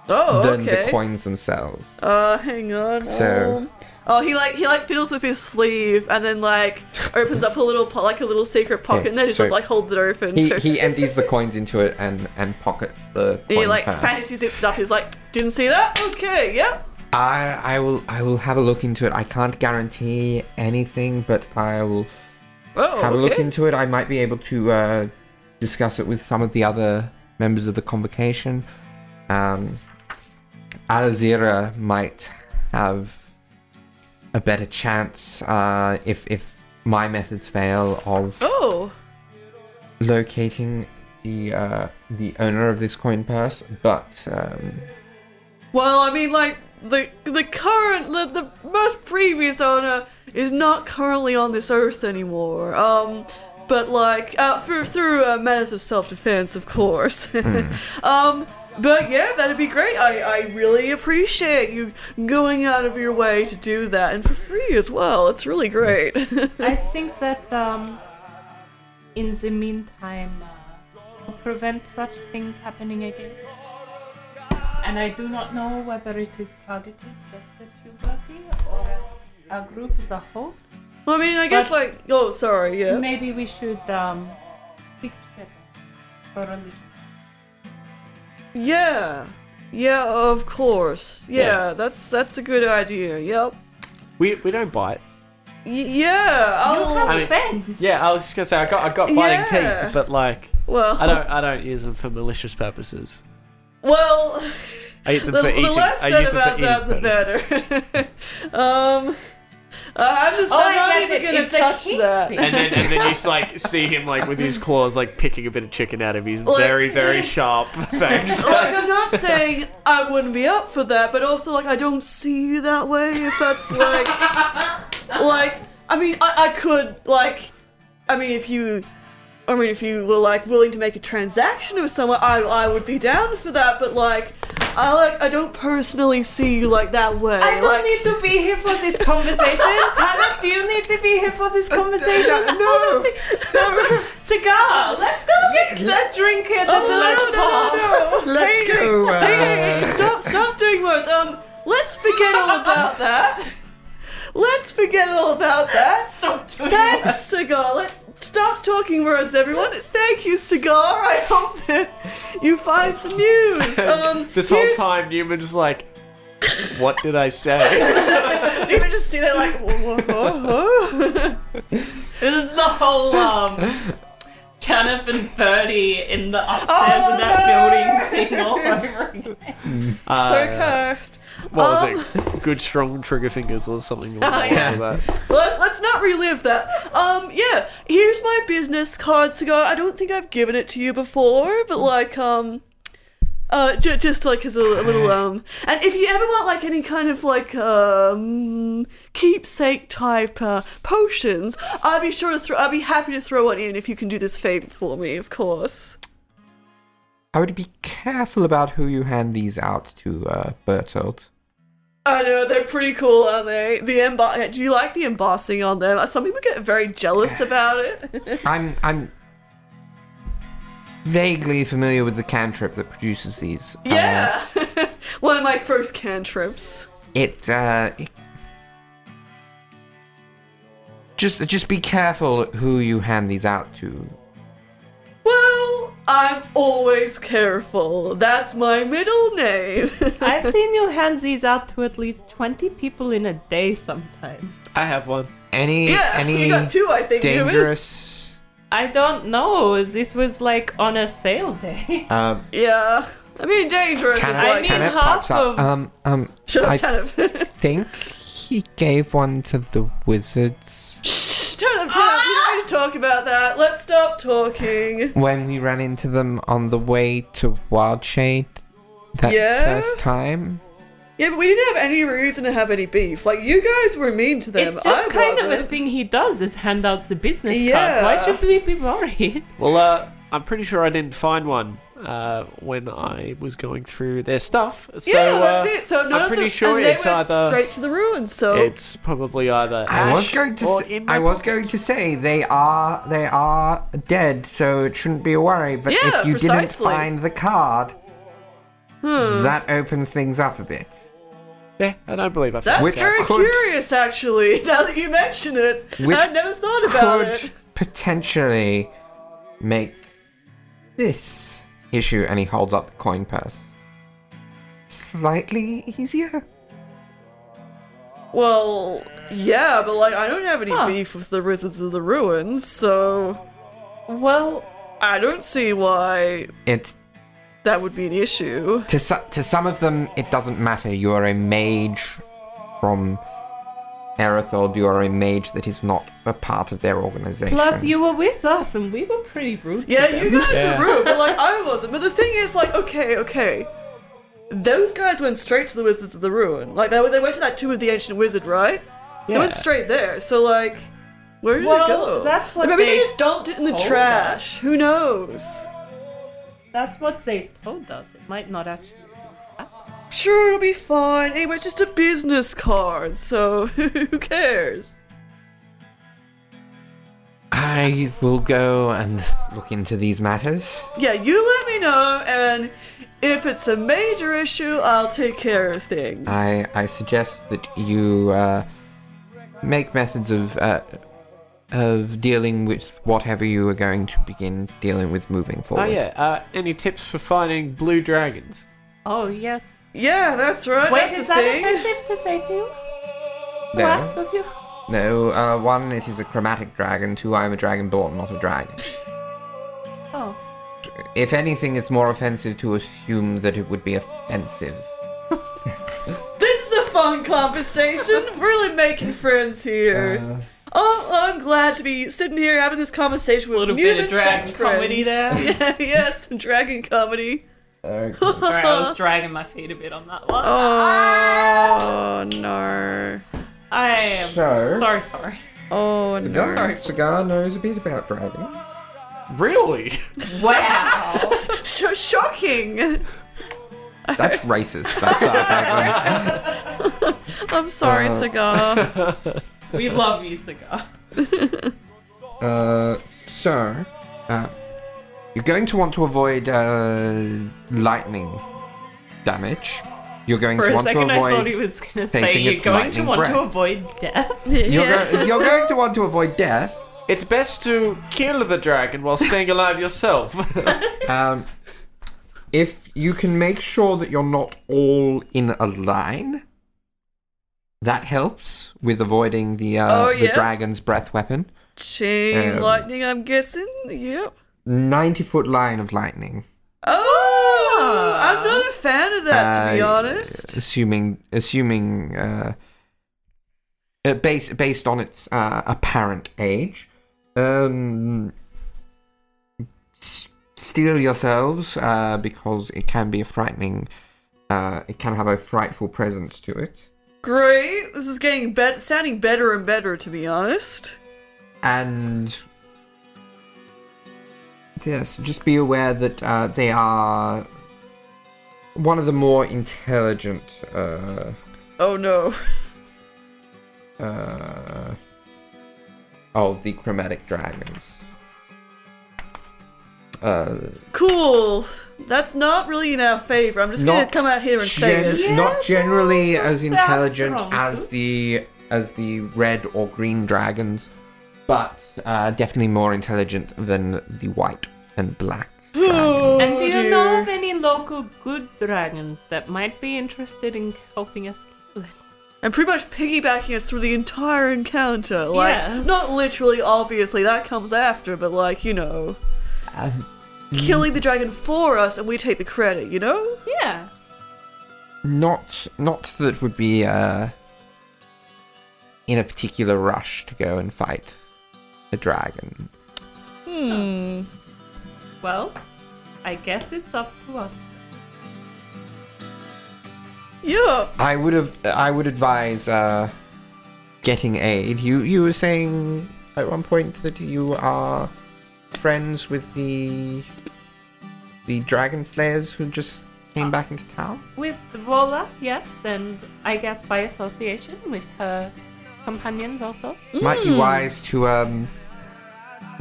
Oh,
than the
okay.
coins themselves.
Uh, hang on.
So-
Um, oh, he like he like fiddles with his sleeve and then like opens up a little po- like a little secret pocket
Yeah,
and then he
so-
just like holds it open.
He,
so
he empties the coins into it and, and pockets the coin
he like
purse.
fantasy zips it up. He's like, didn't see that. Okay, yep.
I I will I will have a look into it. I can't guarantee anything, but I will
Oh,
have a look
okay.
into it. I might be able to uh, discuss it with some of the other members of the convocation. Um, Alzira might have a better chance uh, if if my methods fail of
oh,
locating the uh, the owner of this coin purse. But um,
well, I mean, like the the current the, the most previous owner is not currently on this earth anymore. Um. But like uh, through through uh, matters of self defense, of course. Um, but yeah, that'd be great. I, I really appreciate you going out of your way to do that, and for free as well. It's really great.
I think that um, in the meantime, uh, to prevent such things happening again. And I do not know whether it is targeted just at you, Bertie, or at our group as a whole.
I mean, I guess
But-
like oh, sorry, yeah.
Maybe we should um, stick together for a little.
Yeah, yeah, of course. Yeah, that's that's a good idea. Yep.
We, we don't bite.
Y- yeah.
You
I'll,
have
I mean-
friends.
Yeah, I was just gonna say I got I got biting
Yeah.
teeth, but like
well,
I don't I don't use them for malicious purposes.
well,
I eat them
the,
for
the
eating.
less
I
said
use them for
about
eating
that, the
purposes.
better. um, I- I'm just
Oh, I
I'm not
get
even
it.
gonna
It's a
touch
kink
that.
thing.
And then and then you just like see him like with his claws like picking a bit of chicken out of his
Like-
very very sharp fangs.
like I'm not saying I wouldn't be up for that, but also like I don't see you that way. If that's like, like I mean, I, I could like, I mean, if you, I mean, if you were like willing to make a transaction with someone, I I would be down for that. But like, I like I don't personally see you like that way.
I don't
like,
need to be here for this conversation. Tanner, do you need to be here for this conversation?
no, no.
Cigar, let's go get
let's-
let's drink it at
Oh,
the
let's-
bar.
no, no.
Let's
Oh, Hey,
go,
hey, Hey,
uh,
hey, stop, stop doing words. Um, let's forget all about that. Let's forget all about that. Stop doing Thanks, cigar. Let, stop talking words, everyone. Thank you, cigar. I hope that you find some news. Um,
this whole
you-
time Newman just like, what did I say?
you would just see that like.
This is the whole um, Tanip and Birdie in the upstairs
Oh,
of that building thing all over again.
so
Uh,
cursed.
What
Um,
was it? Good strong trigger fingers or something. Like
yeah.
that.
Let, let's not relive that. Um, yeah, here's my business card cigar. I don't think I've given it to you before, but like, um, uh, j- just like as a, a little, um, and if you ever want like any kind of like, um, keepsake type uh, potions, I'll be sure to throw, I'll be happy to throw one in if you can do this favor for me, of course.
I would be careful about who you hand these out to, uh, Bertolt.
I know they're pretty cool, aren't they? The emboss. Do you like the embossing on them? Some people get very jealous about it.
I'm I'm vaguely familiar with the cantrip that produces these. Uh,
yeah, one of my first cantrips.
it, uh, it- just just be careful who you hand these out to.
Well, I'm always careful. That's my middle name.
I've seen you hand these out to at least 20 people in a day sometimes.
I have one.
Any
yeah,
any
you got two, I think. Newman.
dangerous
I don't know. This was like on a sale day.
uh,
Yeah. I mean, dangerous is
tenant,
like.
I mean, half
pops up.
of-
Um um
Shut up,
I
Tanip. Shut up,
think he gave one to the wizards
Tanip. You don't need to talk about that. Let's stop talking.
when we ran into them on the way to Wildshade that
Yeah?
first time.
Yeah, but we didn't have any reason to have any beef. Like, you guys were mean to them.
it's
I
just kind of a
wasn't.
thing he does is hand out the business
Yeah.
cards. Why should we be worried?
Well, uh, I'm pretty sure I didn't find one uh, when I was going through their stuff. So,
yeah, that's
uh,
it. So none
I'm
of
pretty
them,
sure
and they
it's
went
either-
straight to the ruins. So
It's probably either.
I was
Ash
going to.
or
Say,
in my
I was
pocket.
going to say they are they are dead, so it shouldn't be a worry. But
Yeah,
if you
precisely. Hmm.
didn't find the card, That opens things up a bit.
Yeah, I don't believe I've
That's
Which
very
could-
curious, actually. Now that you mention it,
Which
I'd never thought about
could
it.
potentially make this issue, and he holds up the coin purse, slightly easier.
Well, yeah, but like I don't have any
Huh.
beef with the Wizards of the Ruins, so
Well,
I don't see why
It's
that would be an issue.
to so, to some of them it doesn't matter. You are a mage from Aerithold. You are a mage that is not a part of their organization.
plus you were with us and we were pretty rude. to
Yeah,
them.
you guys
Yeah.
were rude, but like I wasn't. But the thing is, like, okay, okay. Those guys went straight to the Wizards of the Ruin. Like, they, they went to that Tomb of the Ancient Wizard, right? They went straight there. So, like, where did
Well,
it go?
that's what
Maybe they,
they
just dumped it in the
told
trash. Who knows?
That's what they told us. It might not actually.
Sure, it'll be fine. Anyway, it's just a business card, so who cares?
I will go and look into these matters.
Yeah, you let me know, and if it's a major issue, I'll take care of things.
I, I suggest that you uh, make methods of uh, of dealing with whatever you are going to begin dealing with moving
Oh
forward.
yeah. Uh, any tips for finding blue dragons?
Oh yes.
Yeah, that's right.
Wait,
that's
is
the
that
thing.
offensive to say to you? To ask
No,
of you?
no. Uh, one, it is a chromatic dragon. Two, I am a dragonborn, not a dragon.
Oh,
If anything, it's more offensive to assume that it would be offensive.
This is a fun conversation. We're really making friends here. oh, I'm glad to be sitting here having this conversation with
A little bit of
Newman's
dragon
best friend.
comedy there.
yeah, yes, some dragon comedy.
Sorry, I was dragging my feet a bit on that one. Ah!
Oh no.
I am
So-
so sorry.
Oh no.
Sorry.
Cigar knows a bit about dragons.
Really?
Wow.
Sh- shocking.
That's racist. That's
uh,
sarcasm.
I'm sorry, cigar.
we love you, cigar.
Uh, so, uh, you're going to want to avoid uh, lightning damage. You're going
For
to
a
want
second,
to
I thought he
avoid.
was going to say
facing
you're
its
going to
lightning
want to
breath."
avoid death.
You're,
yeah.
go- you're going to want to avoid death.
It's best to kill the dragon while staying alive yourself.
Um, if you can make sure that you're not all in a line, that helps with avoiding the uh,
Oh,
the
yeah.
dragon's breath weapon.
Chain
Um,
lightning, I'm guessing. Yep.
Ninety foot line of lightning.
Oh, I'm not a fan of that, to be
Uh,
honest.
Assuming, assuming, uh, uh, based based on its uh, apparent age, um, s- steel yourselves uh, because it can be a frightening. Uh, it can have a frightful presence to it,
Great. This is getting bet sounding better and better, to be honest.
and yes, just be aware that uh, they are one of the more intelligent. Uh,
Oh no.
uh, oh, the chromatic dragons. Uh,
Cool. That's not really in our favor. I'm just gonna
Not
come out here and say
gen-
it.
not generally as
that's
intelligent
wrong,
as
too.
the as the red or green dragons, but uh, definitely more intelligent than the white and black dragons.
and do you know
dear.
of any local good dragons that might be interested in helping us kill it?
And pretty much piggybacking us through the entire encounter. Like,
Yes.
not literally, obviously, that comes after, but like, you know,
Um,
killing the dragon for us and we take the credit, you know?
Yeah.
not not that would be uh, in a particular rush to go and fight a dragon.
Hmm.
Well, I guess it's up to us.
Yeah.
I would have. I would advise uh, getting aid. You you were saying at one point that you are friends with the the dragon slayers who just came back into town.
With Vola, yes, and I guess by association with her companions also.
Might
Hmm.
be wise to um,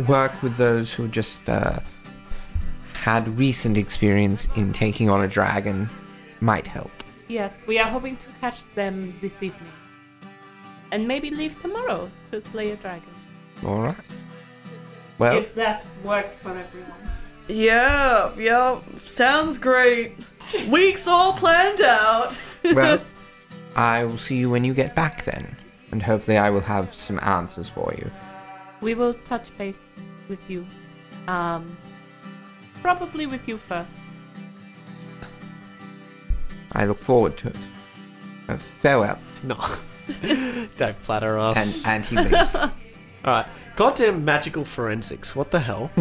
work with those who just uh, had recent experience in taking on a dragon might help.
Yes, we are hoping to catch them this evening. And maybe leave tomorrow to slay a dragon.
All right. Well,
If that works for everyone.
Yeah, yeah, sounds great. Weeks all planned out.
well, I will see you when you get back then, and hopefully I will have some answers for you.
We will touch base with you. Um, probably with you first.
I look forward to it. Uh, farewell.
No. Don't flatter
And
us.
and he leaves.
Alright. Goddamn magical forensics. What the hell?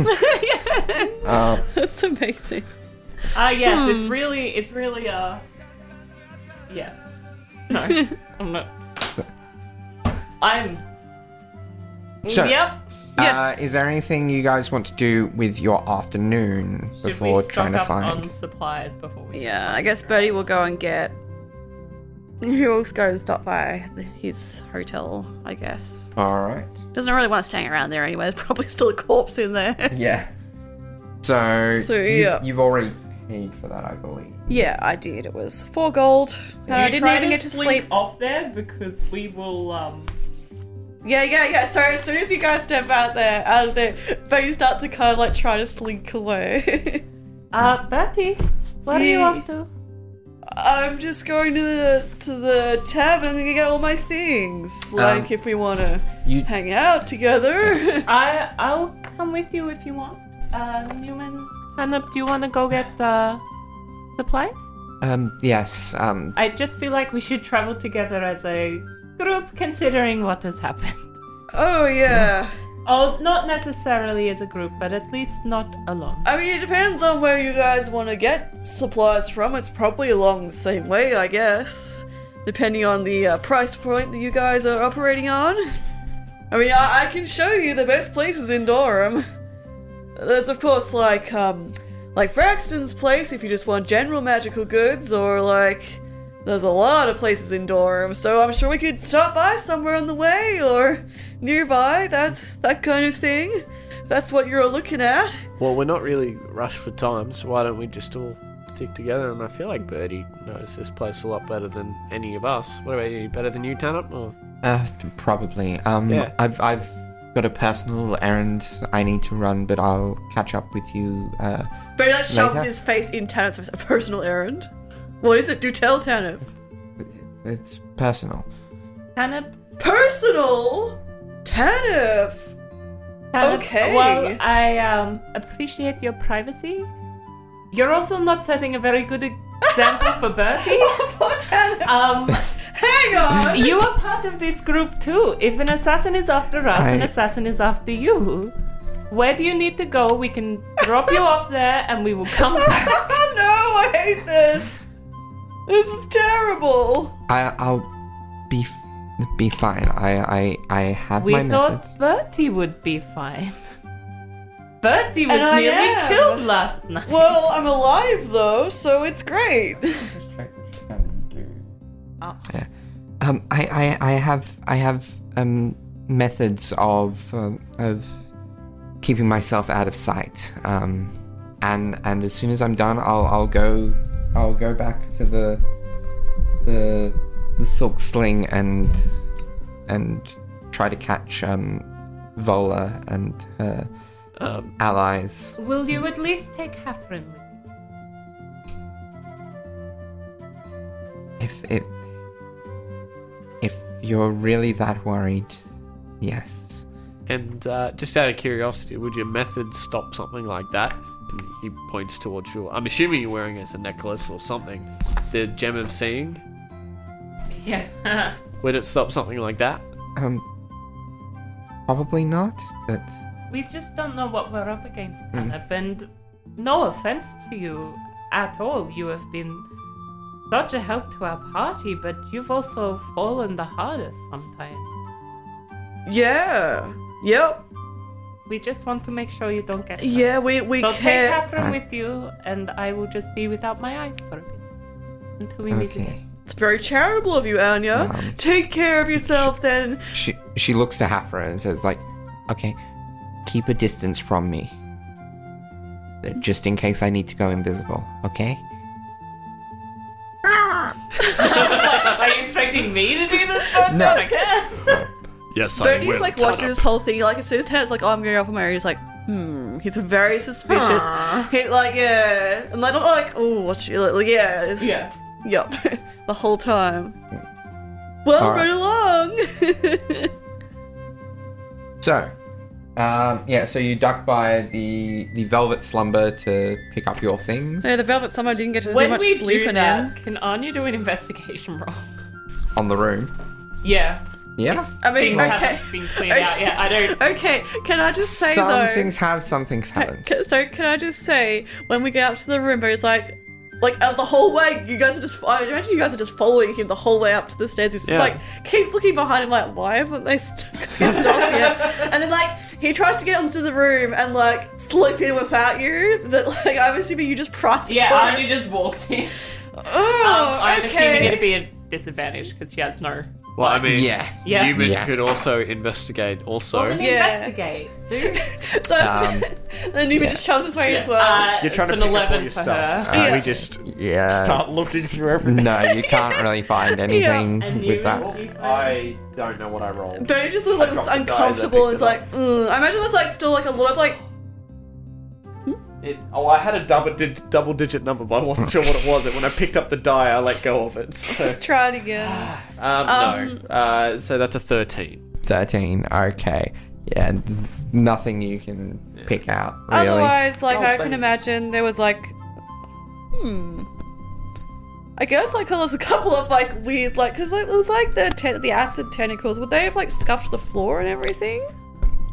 Uh,
That's amazing.
Ah, yes, it's
Hmm.
really, it's really, uh, yeah. No, I'm not.
So-
I'm.
So-
yep.
uh, is there anything you guys want to do with your afternoon
Should
before
we
trying
stock
to
up
find?
on supplies before we?
Yeah, I guess Bertie will go and get. He'll go and stop by his hotel, I guess.
All right.
Doesn't really want staying around there anyway. There's probably still a corpse in there.
Yeah. So,
So,
you've,
yeah.
you've already paid for that, I believe.
yeah, I did. It was four gold. And
You
I didn't
try
even get to sleep.
off there because we will. um...
Yeah, yeah, yeah. So as soon as you guys step out there, out of there, but you start to kind of like try to slink away.
Uh,
Hmm.
Bertie, where are you
Yeah.
off to?
I'm just going to the to the tavern to get all my things. Like if we want to
You
hang out together.
I, I'll come with you if you want. Uh, Newman, Hannah, do you want to go get uh, supplies?
um yes um
I just feel like we should travel together as a group, considering what has happened.
oh yeah.
Oh, not necessarily as a group, but at least not alone.
I mean, it depends on where you guys want to get supplies from. It's probably along the same way, I guess, depending on the uh, price point that you guys are operating on. I mean, I, I can show you the best places in Durham. There's, of course, like um, like Braxton's place if you just want general magical goods, or like there's a lot of places in Durham. So I'm sure we could stop by somewhere on the way or nearby. That that kind of thing. If That's what you're looking at.
Well, we're not really rushed for time, so why don't we just all stick together? And I feel like Birdie knows this place a lot better than any of us. What about you? Better than you, Tanup? Or
uh probably um
Yeah.
I've I've got a personal errand I need to run but I'll catch up with you uh
But that shoves
Later.
his face in Tanip's face. A personal errand. What is it? Do tell Tanip.
it's personal
Tanab,
Personal. Tanip.
Tanab,
Okay.
Well, I um, appreciate your privacy. You're also not setting a very good example for Bertie.
Poor Tanip.
Um,
Hang on.
you are part of this group too. If an assassin is after us, an
I-
assassin is after you. Where do you need to go? We can drop you off there, and we will come back.
no, I hate this. This is terrible.
I I'll be f- be fine I I I have
We
my
thought
methods
Bertie would be fine. Bertie was
And I
nearly
am.
killed last night.
Well, I'm alive though, so it's great.
um I, I I have I have um methods of um, of keeping myself out of sight um and and as soon as I'm done I'll I'll go I'll go back to the the the silk sling and and try to catch um Vola and her
um,
allies
Will you at least take Hafren with you?
if if if you're really that worried yes
and uh, just out of curiosity, would your method stop something like that? And he points towards you. I'm assuming you're wearing it as a necklace or something. The gem of seeing.
Yeah.
Would it stop something like that?
Um, probably not, but
We just don't know what we're up against,
Hmm.
Tanab, and no offense to you at all. You have been such a help to our party, but you've also fallen the hardest sometimes.
yeah. Yep.
We just want to make sure you don't get hurt.
Yeah, we we
So take
can't.
Hafren
Ah.
with you, and I will just be without my eyes for a bit until we meet again.
okay.
It's very charitable of you, Anya.
Um,
Take care of yourself then.
She she looks to Hafra and says like, "Okay, keep a distance from me, Uh, just in case I need to go invisible. Okay."
Are you expecting me to do this? That's
No.
not I can.
Yes, I
Bernie's
will.
like
Shut
watching
up.
this whole thing. Like as soon as Ted's like, "Oh, I'm going up on Mary," he's like, "Hmm." He's very suspicious. He like, yeah, and like, not like, "Oh, what's she?" Like, yeah, it's-
Yeah.
yup, the whole time. Well,
All right.
right. along.
So, um, yeah, so you duck by the the velvet slumber to pick up your things
no, the Velvet Summer didn't get to do
When
much
we
sleep
do
in
that,
that.
can Anya do an investigation roll?
on the room.
Yeah.
Yeah.
I mean,
Things
okay,
haven't been cleared out yet. I don't.
okay. Can I just say
some
though?
things have, some things haven't.
Ca- So can I just say, when we get up to the room, it's like, like uh, the whole way, you guys are just. I imagine you guys are just following him the whole way up to the stairs. He's just
Yeah.
like keeps looking behind him, like, why haven't they stuck his dog yet? And then like he tries to get onto the room and like slip in without you. But like I'm assuming you just pry the
Yeah,
door.
Anya just walks in.
oh,
I'm assuming
okay.
it'd be a disadvantage because she has no.
Well, I mean,
Yeah.
Yeah.
human
Yes.
could also investigate. Also,
Well, then
Yeah.
Investigate.
so
Um,
then you
yeah.
just shoves this way as well.
Uh,
you're trying
it's
to pick
an 11
up all
for
your stuff.
her.
and
Yeah.
We just
Yeah.
Start looking through everything.
No, you can't really find anything
And you
with that.
you-
Oh, I don't know what I rolled.
Bernie just looks like this
dropped the die as I
uncomfortable and
picked
is
it
like, mm. I imagine there's like still like a lot of like
It, oh, I had a double, dig, double digit number, but I wasn't sure what it was. And when I picked up the die, I let go of it. So,
try it again.
um, no. Uh, so that's a thirteen.
13. Okay. Yeah, there's nothing you can pick out, really.
Otherwise, like
Oh,
I
thank
can
you.
imagine there was like, hmm. I guess like there was a couple of like weird like because like, it was like the ten- the acid tentacles. Would they have like scuffed the floor and everything?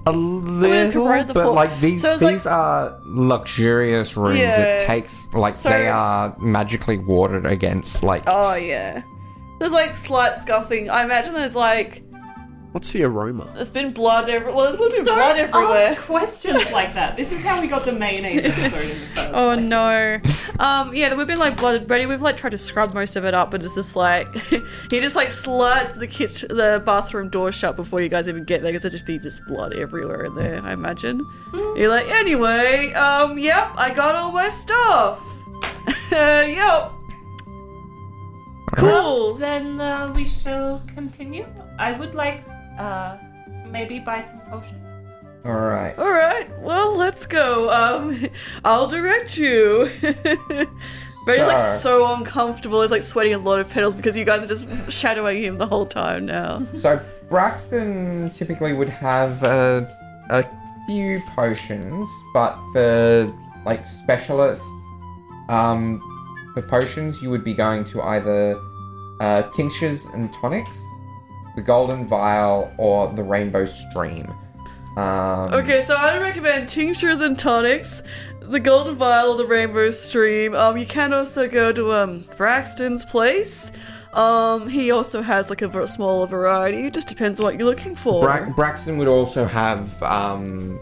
a
it
little,
corroded the
but
floor.
like these
So it's
these
like-
are luxurious rooms.
Yeah.
It takes like
So-
they are magically warded against like
Oh yeah. There's like slight scuffing. I imagine there's like
What's the aroma?
there's been blood everywhere. Well, there's been
Don't
blood everywhere.
ask questions like that. This is how we got the mayonnaise episode in the first.
Oh no. Um, yeah, there would be like blood ready. We've like tried to scrub most of it up, but it's just like he just like slides the kitchen, the bathroom door shut before you guys even get there, because there'd just be just blood everywhere in there. I imagine. You're like, anyway, um, yep, I got all my stuff. Uh, yep. Cool.
Then uh, we shall continue. I would like uh, maybe buy some potions.
all right.
All right. Well, let's go. Um, I'll direct you. But he's like
Sure.
so uncomfortable. He's like sweating a lot of petals because you guys are just shadowing him the whole time now.
So Braxton typically would have a, a few potions, but for like specialists, um, for potions you would be going to either uh, tinctures and tonics, the golden vial, or the rainbow stream. Um,
Okay, so I recommend tinctures and tonics, the golden vial, the rainbow stream. Um, you can also go to um Braxton's place. Um, he also has like a ver- smaller variety. It just depends on what you're looking for.
Bra- Braxton would also have um,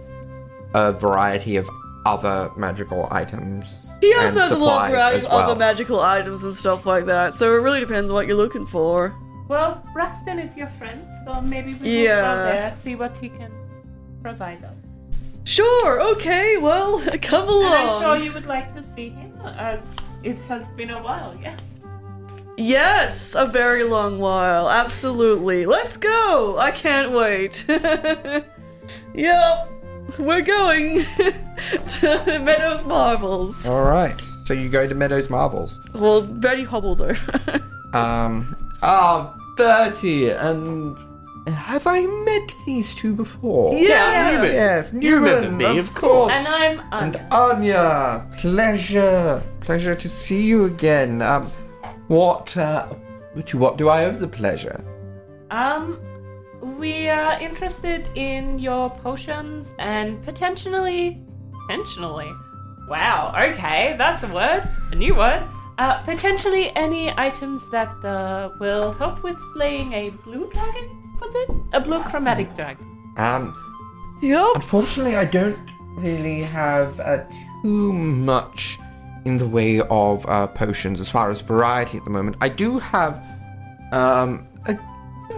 a variety of other magical items.
he
and
also has a
supplies
lot of variety
as
of
well.
other magical items and stuff like that. So it really depends on what you're looking for.
Well, Braxton is your friend, so maybe we will
Yeah.
go there see what he can provide us.
Sure. Okay. Well, come
And
along.
I'm sure you would like to see him, as it has been a while. Yes.
Yes, a very long while. Absolutely. Let's go. I can't wait. yep. We're going to Meadows Marvels.
All right, so you go to Meadows Marvels.
Well, Betty hobbles over.
Um, oh, Bertie, and have I met these two before?
yeah.
Newman.
Yes,
You remember
Newman,
me,
of
of course.
And I'm
And
Anya.
Anya, pleasure, pleasure to see you again. Um, what, uh, to what do I owe the pleasure?
Um, we are interested in your potions and potentially, potentially. Wow. Okay, that's a word, a new word. Uh, potentially any items that uh, will help with slaying a blue dragon. Was it a blue chromatic dragon?
Um,
Yep.
Unfortunately, I don't really have uh, too much in the way of uh, potions as far as variety at the moment. I do have um, a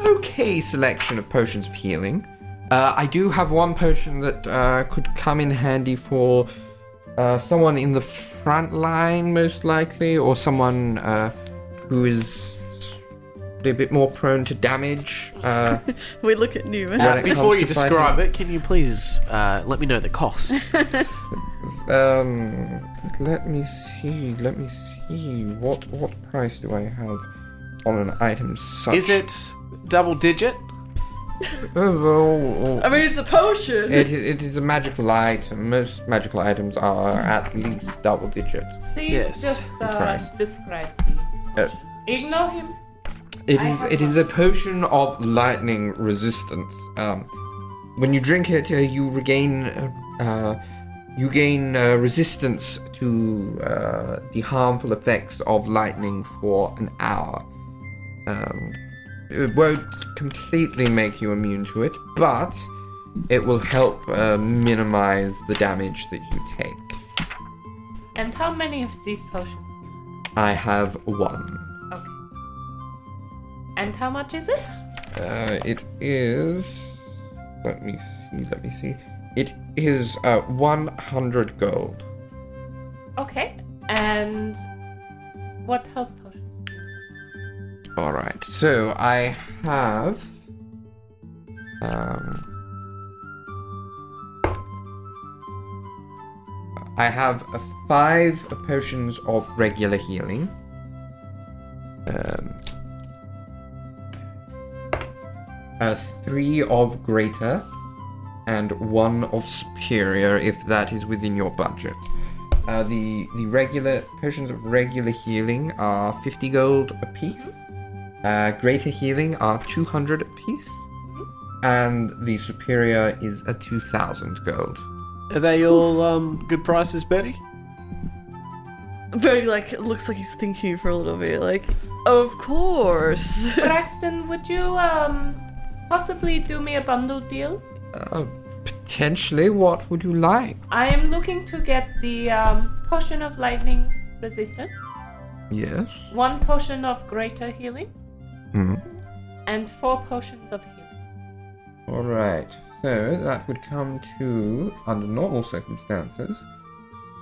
okay selection of potions of healing. Uh, I do have one potion that uh, could come in handy for uh, someone in the front line, most likely, or someone uh, who is a bit more prone to damage. Uh,
We look at Newman.
when it
Uh, Before
comes
you
to fighting.
describe it, can you please uh, let me know the cost?
Um, let me see. Let me see. What what price do I have on an item such?
Is it double digit?
Oh, oh,
I
oh.
mean, it's a potion.
It, is- it is a magical item. Most magical items are at least double digits.
Please
Yes,
just uh,
Christ.
describe the.
Uh,
Ignore him.
It
I
is
have
it is a potion of lightning resistance. Um, when you drink it, uh, you regain uh, uh, you gain uh, resistance to uh, the harmful effects of lightning for an hour. Um, it won't completely make you immune to it, but it will help uh, minimize the damage that you take.
And how many of these potions? do you
I have one.
have? Okay. And how much is it?
Uh, it is. Let me see. Let me see. It is uh, 100 gold.
Okay. And what health potion?
All right. So I have. Um. I have uh, five potions of regular healing. Um. Uh, three of greater, and one of superior, if that is within your budget. Uh, the the regular potions of regular healing are 50 gold apiece. Uh, greater healing are 200 apiece. And the superior is a 2000 gold.
Are they all um, good prices, Betty?
Bernie like looks like he's thinking for a little bit. Like, of course.
Braxton, would you um possibly do me a bundle deal?
Uh, potentially, what would you like?
I am looking to get the um, potion of lightning resistance,
Yes.
one potion of greater healing,
Hmm.
and four potions of healing.
All right. So that would come to, under normal circumstances,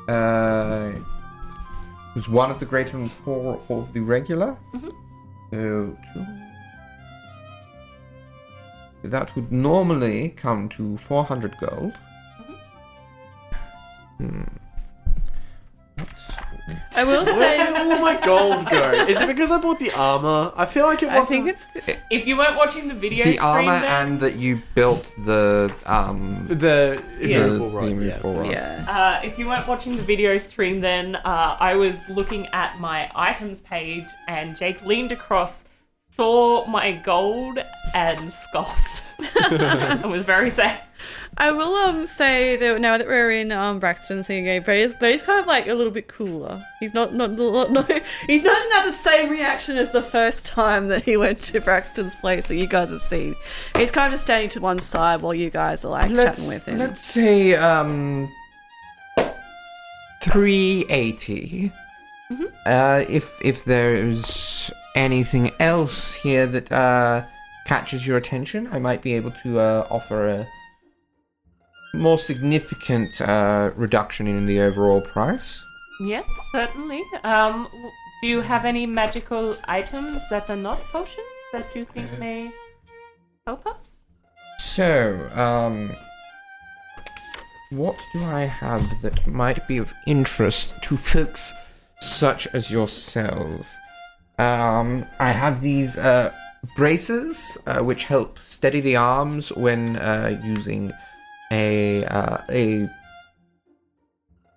uh, it was one of the greater and four of the regular.
Mhm.
So two. That would normally come to 400 gold.
I will say.
Where did all my gold go? Is it because I bought the armor? I feel like it
I
wasn't.
think it's
If you weren't watching the video
the
stream,
armor
then,
and that you built the um
the
the,
immovable
the
rod, yeah.
immovable rod.
yeah.
uh, if you weren't watching the video stream, then uh, I was looking at my items page, and Jake leaned across, saw my gold, and scoffed. and was very sad.
I will um say that now that we're in um Braxton's thing again, Brady's, Brady's kind of like a little bit cooler. He's not not, not, not he doesn't have the same reaction as the first time that he went to Braxton's place that you guys have seen. He's kind of just standing to one side while you guys are like chatting with
Let's
him.
let's say um 380.
Mm-hmm.
Uh, if if there's anything else here that uh, catches your attention, I might be able to uh, offer a more significant uh, reduction in the overall price.
Yes, certainly. Um, w- do you have any magical items that are not potions that you
Uh,
think may help us?
So, um, what do I have that might be of interest to folks such as yourselves? Um, I have these uh, braces uh, which help steady the arms when uh, using a uh, a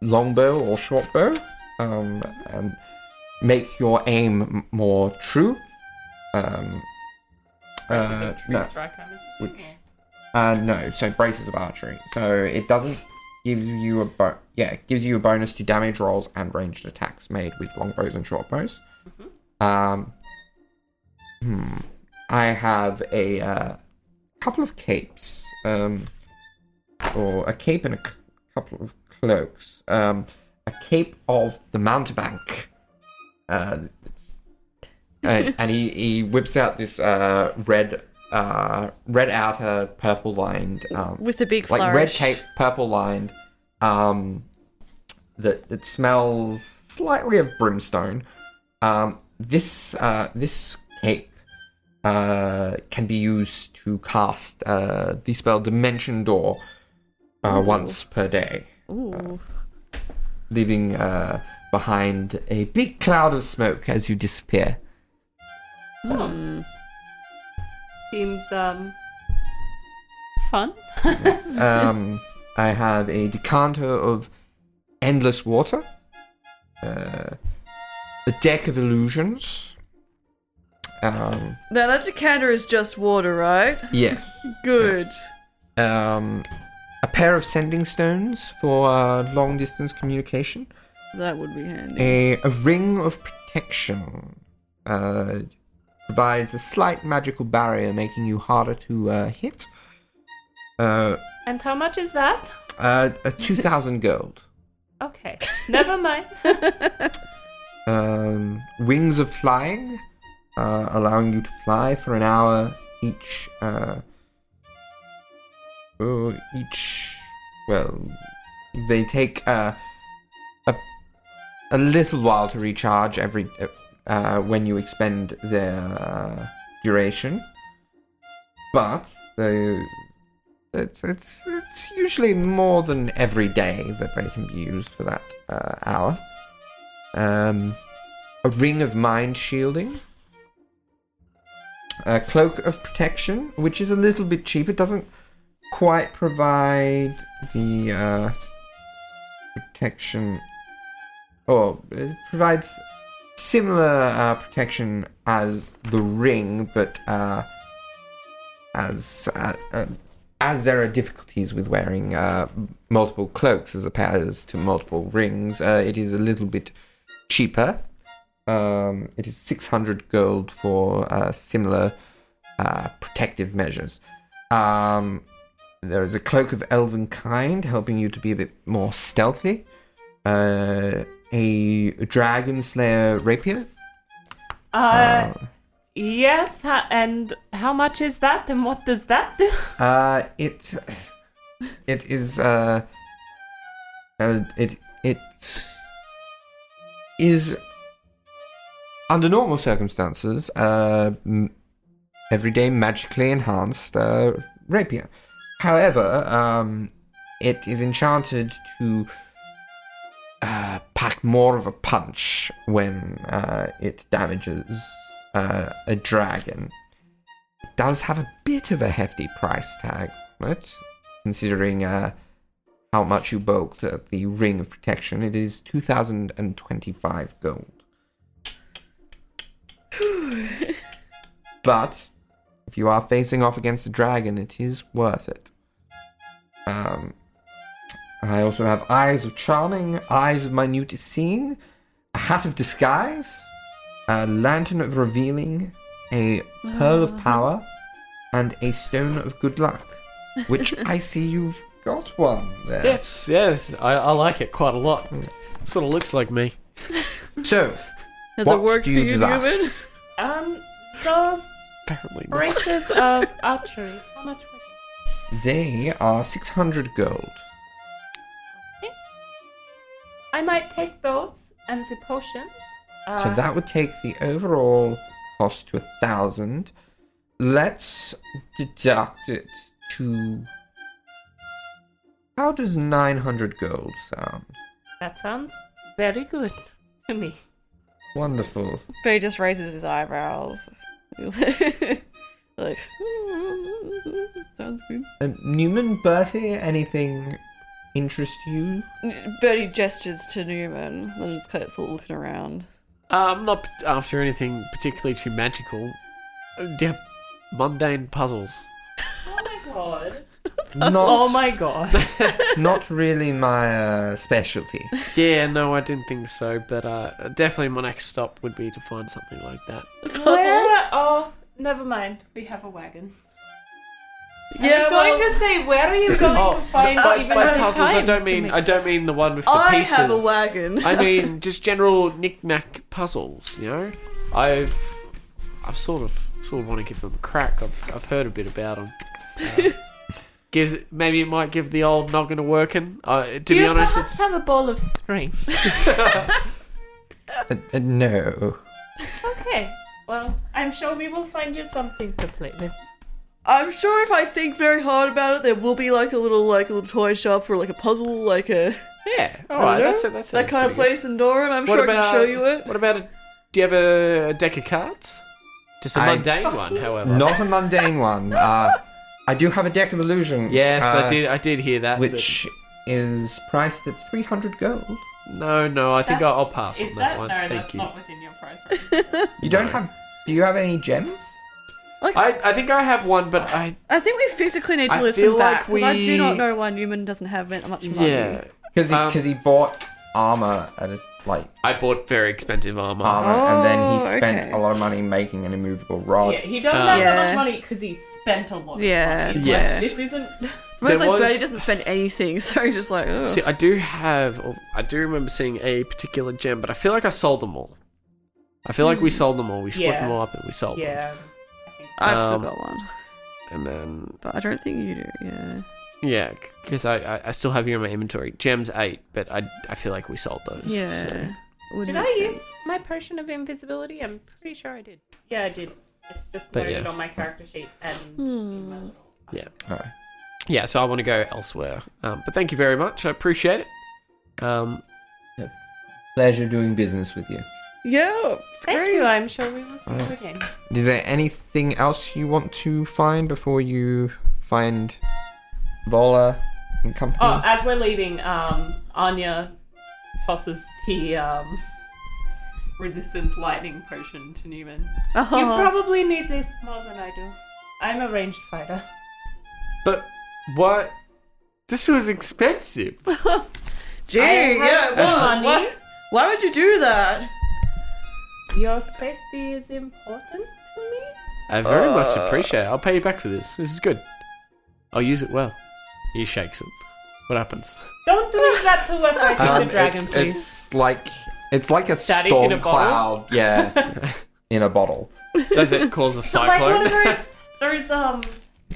longbow or short bow, um, and make your aim m- more true. Um, uh, no. Which- Uh, no, so braces of archery. So it doesn't give you a bo- yeah, it gives you a bonus to damage rolls and ranged attacks made with longbows and short bows. Um, hmm. I have a uh, couple of capes, um, or a cape and a c- couple of cloaks. Um, a cape of the mountebank. Uh, it's, and, and he, he whips out this uh, red uh, red outer, purple lined um,
with a big
like red
flourish.
cape, purple lined, um, that that smells slightly of brimstone. Um, this uh, this cape uh, can be used to cast uh, the spell Dimension Door uh, once per day, Uh,
Ooh.
leaving uh, behind a big cloud of smoke as you disappear.
Hmm. Seems um fun.
Um, I have a decanter of endless water, uh, a deck of illusions. Um,
Now that decanter is just water, right?
yes.
Good.
Um, a pair of sending stones for uh, long distance communication.
That would be handy.
A, a ring of protection uh, provides a slight magical barrier, making you harder to uh, hit. Uh,
And how much is that?
uh, a 2,000 gold.
Okay. Never mind.
um, wings of flying, uh, allowing you to fly for an hour each. Uh, oh, each. Well, they take uh, a a little while to recharge every uh, uh, when you expend their uh, duration, but they. It's, it's it's usually more than every day that they can be used for that uh, hour um, a ring of mind shielding, a cloak of protection, which is a little bit cheap. It doesn't quite provide the uh, protection, or it provides similar uh, protection as the ring, but uh, as uh, uh, as there are difficulties with wearing uh, multiple cloaks as opposed to multiple rings, uh, it is a little bit cheaper. Um, it is 600 gold for uh, similar uh, protective measures. Um, there is a cloak of elven kind, helping you to be a bit more stealthy. Uh, a dragon slayer rapier.
Uh, yes, ha- and how much is that and what does that do?
Uh, it it is uh, uh it it is under normal circumstances uh m- everyday magically enhanced uh rapier. However, um, it is enchanted to uh, pack more of a punch when uh, it damages uh, a dragon does have a bit of a hefty price tag on it, considering uh, how much you bulked at the Ring of Protection. It is 2,025 gold. but if you are facing off against a dragon, it is worth it. Um, I also have Eyes of Charming, Eyes of Minutest Seeing, a Hat of Disguise, a Lantern of Revealing, a Pearl of Power, and a Stone of Good Luck, which I see you've got one there.
Yes, yes, I, I like it quite a lot. Sort of looks like me.
So,
Has
what
it worked
do you
for you,
desire?
Newman?
Um, those
Apparently not.
braces of archery. How much was
they are 600 gold.
it? I might take those and the potions. Uh,
So that would take the overall cost to a thousand. Let's deduct it to. How does 900 gold sound?
that sounds very good to me.
Wonderful.
But he just raises his eyebrows. like, sounds good.
Um, Newman, Bertie, anything interest you?
Bertie gestures to Newman, then just kind of looking around.
I'm Um, not p- after anything particularly too magical. Uh, Yeah, mundane puzzles.
Oh my god.
Not,
Oh my god.
not really my uh, specialty.
Yeah, no, I didn't think so, but uh, definitely my next stop would be to find something like that.
Where? Oh, never mind. We have a wagon. I was going to say, where are you going to find
Oh, by,
even
by
the
puzzles,
time
I don't
to
mean
make-
I don't mean the one with the
I
pieces.
have a wagon.
I mean just general knick-knack puzzles. You know, I've I've sort of sort of want to give them a crack. I've, I've heard a bit about them. Uh, gives maybe it might give the old noggin a working. Uh, to
Do
be
you
honest,
perhaps
it's
have a ball of string?
Uh, uh, no.
Okay.
Well, I'm sure we will find you something to play with.
I'm sure if I think very hard about it, there will be like a little like a little toy shop or like a puzzle, like a
Yeah. All
I
right.
don't know,
That's it. That's
Oh, that
it.
kind of
Pretty
place in Durham. I'm
good. What
sure I
about-
can show you it.
What about a? Do you have a, a deck of cards? Just a
I-
mundane one, however.
Not a mundane one. Uh, I do have a deck of illusions.
Yes, I
uh,
did. I did hear that. but-
Which is priced at 300 gold.
No, no. I think I'll, I'll
That's-
pass
is
on that, one.
No,
Thank
that's
you.
not within your price. range.
You don't have. Do you have any gems?
I, I think I have one, but I
I think we physically need to
I
listen
feel
back
like
because I do
we-
not know why Newman doesn't have meant much money.
yeah.
Because he,
Um,
'cause he bought armor at a like
I bought very expensive armor.
armor, and then he
Oh,
spent
okay.
a lot of money making an immovable rod.
yeah, he doesn't
Um,
have that much
Yeah.
money because he spent a lot.
Yeah,
Of money. It's
yeah.
Like, this isn't.
Whereas
There
like
was-
Bertie doesn't spend anything, so he's just like, ugh.
See, I do have. oh, I do remember seeing a particular gem, but I feel like I sold them all. I feel like we sold them all. We split
Yeah.
them all up and we sold them.
Yeah.
I've still
um,
got one,
And then
but I don't think you do. Yeah.
yeah, because I, I I still have you in my inventory. Gems eight, but I I feel like we sold those.
Yeah.
so.
Would
Did
make
I
sense.
use my potion of invisibility? I'm pretty sure I did. Yeah, I did. It's just
But
noted
yeah.
on my character sheet and
Hmm.
in my little.
Alright.
Yeah, so I want to go elsewhere. Um, but thank you very much. I appreciate it. Um,
Pleasure doing business with you.
Yeah, it's
Thank
great.
you. I'm sure we will see
Oh.
you again.
Is there anything else you want to find before you find Vola and company?
Oh, as we're leaving, um, Anya tosses the um, resistance lightning potion to Newman.
Oh.
You probably need this more than I do. I'm a ranged fighter.
but what? This was expensive.
Gee, yeah, it was. Why, why would you do that?
Your safety is important to me.
I very much appreciate it. I'll pay you back for this. This is good. I'll use it well. He shakes it. What happens?
Don't do that to us. I
Um,
uh, the dragon,
it's,
please.
it's like it's like a
Static
storm
in a bottle?
cloud. Yeah, in a bottle.
Does it cause a
like one
cyclone?
of those those um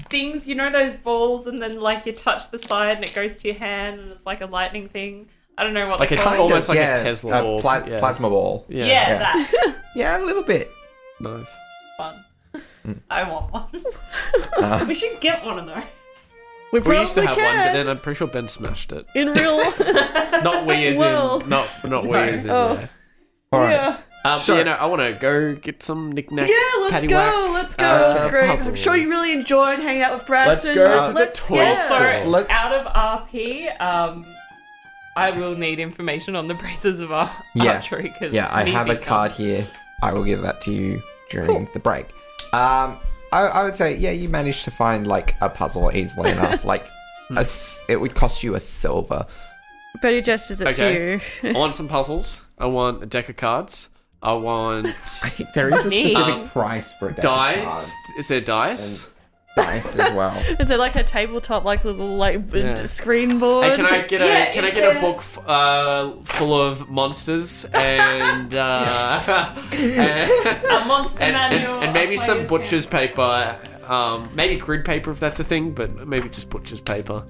things, you know those balls, and then like you touch the side and it goes to your hand, and it's like a lightning thing. I don't know what
Like
they
a
call
ti-
it.
almost like a
yeah,
Tesla orb,
pla-
yeah.
plasma ball.
Yeah,
yeah.
that
Yeah, a little bit.
Nice.
one. I want one.
Uh,
we should get one of those.
We
We used to
probably
have one, but
can.
then I'm pretty sure Ben smashed it.
in real life.
Not we as
Well.
in. Not, not we as in.
Oh.
yeah.
All right.
yeah.
Um,
So-
you know, I want to go get some knickknacks.
Yeah, let's go,
paddywhack,
let's go.
uh,
that's great. I'm
puzzles. Uh,
sure you really enjoyed hanging out with
Let's
Bradston.
go to
Let's-
the toy
yeah.
So
store.
Let's-
out of RP, um, I will need information on the braces of our
Yeah.
archery. 'cause
Yeah, I
me
have a
become-
card here. I will give that to you during the break. Um, I, I would say, yeah, you managed to find like a puzzle easily enough. Like, a s it would cost you a silver.
Betty gestures it
Okay.
to
I
you.
want some puzzles. I want a deck of cards. I want
I think there is a
Neat.
specific
Um,
price for a deck of
dice. Is there dice?
cards. dice as well.
Is it like a tabletop, like little like b-
Yeah.
screen board?
Hey, can I get a
Yeah,
can I
is
get a
there-
book f- uh, full of monsters and uh, and,
A monster
and,
manual.
and
a
maybe some
player's
butcher's paper, um, maybe grid paper if that's a thing, but maybe just butcher's paper,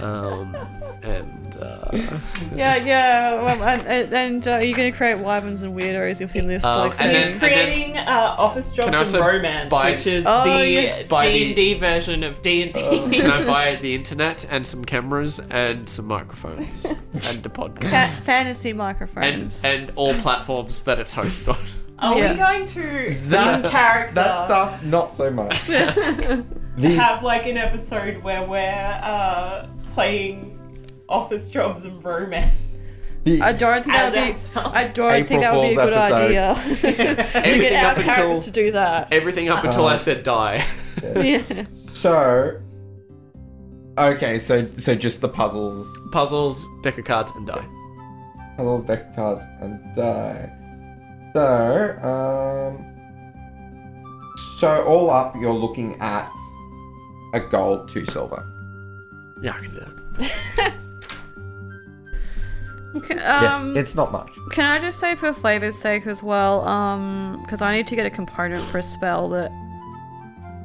um, and uh,
Yeah, yeah. Well, and and, and uh, are you going to create wyverns and weirdos within this
Um,
like
and
He's
then-
season?
creating uh, Office Jobs
Can I also
and Romance,
buy-
which is
Oh,
the
yes.
buy the-
D and D version of D and D.
Oh.
can I buy the internet and some cameras and some microphones and a podcast
Fa- fantasy
and
microphones.
and all platforms that it's hosted on.
Are
Yeah.
we going to
That-
in character
That stuff, not so much. the,
have like an episode where we're uh, playing Office Jobs and Romance?
the,
I don't think that would be.
As ourselves.
I don't think
April
that would be a
Fool's
good idea. to get
Everything
our
up
characters
until
to do that.
everything up until I said die.
Yeah.
so, okay, so so just the puzzles.
Puzzles, deck of cards, and die.
Puzzles, deck of cards, and die. So, um, so all up, you're looking at a gold, two silver.
Yeah, I can do that.
Okay,
Yeah,
um,
it's not much.
Can I just say for flavor's sake as well, um, because I need to get a component for a spell that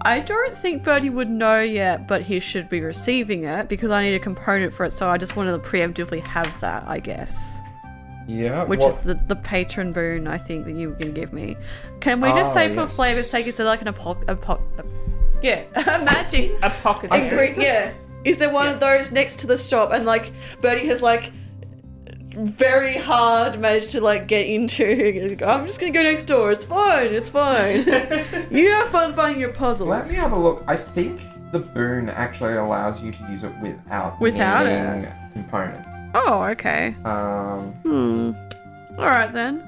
I don't think Birdie would know yet, but he should be receiving it because I need a component for it. So I just wanted to preemptively have that, I guess.
Yeah.
which
is
is the, the patron boon I think that you were going to give me. Can we just
Ah,
say for
yes.
flavor's sake, is there like an apoc... apoc- yeah, a magic
A pocket.
I
there.
think-
yeah.
Is there one of those next to the shop? And like Bertie has like very hard managed to like get into. I'm just gonna go next door. It's fine. It's fine. you have fun finding your puzzles.
Let me have a look. I think the boon actually allows you to use it without
Without it.
needing components.
Oh, okay.
Um,
All right then.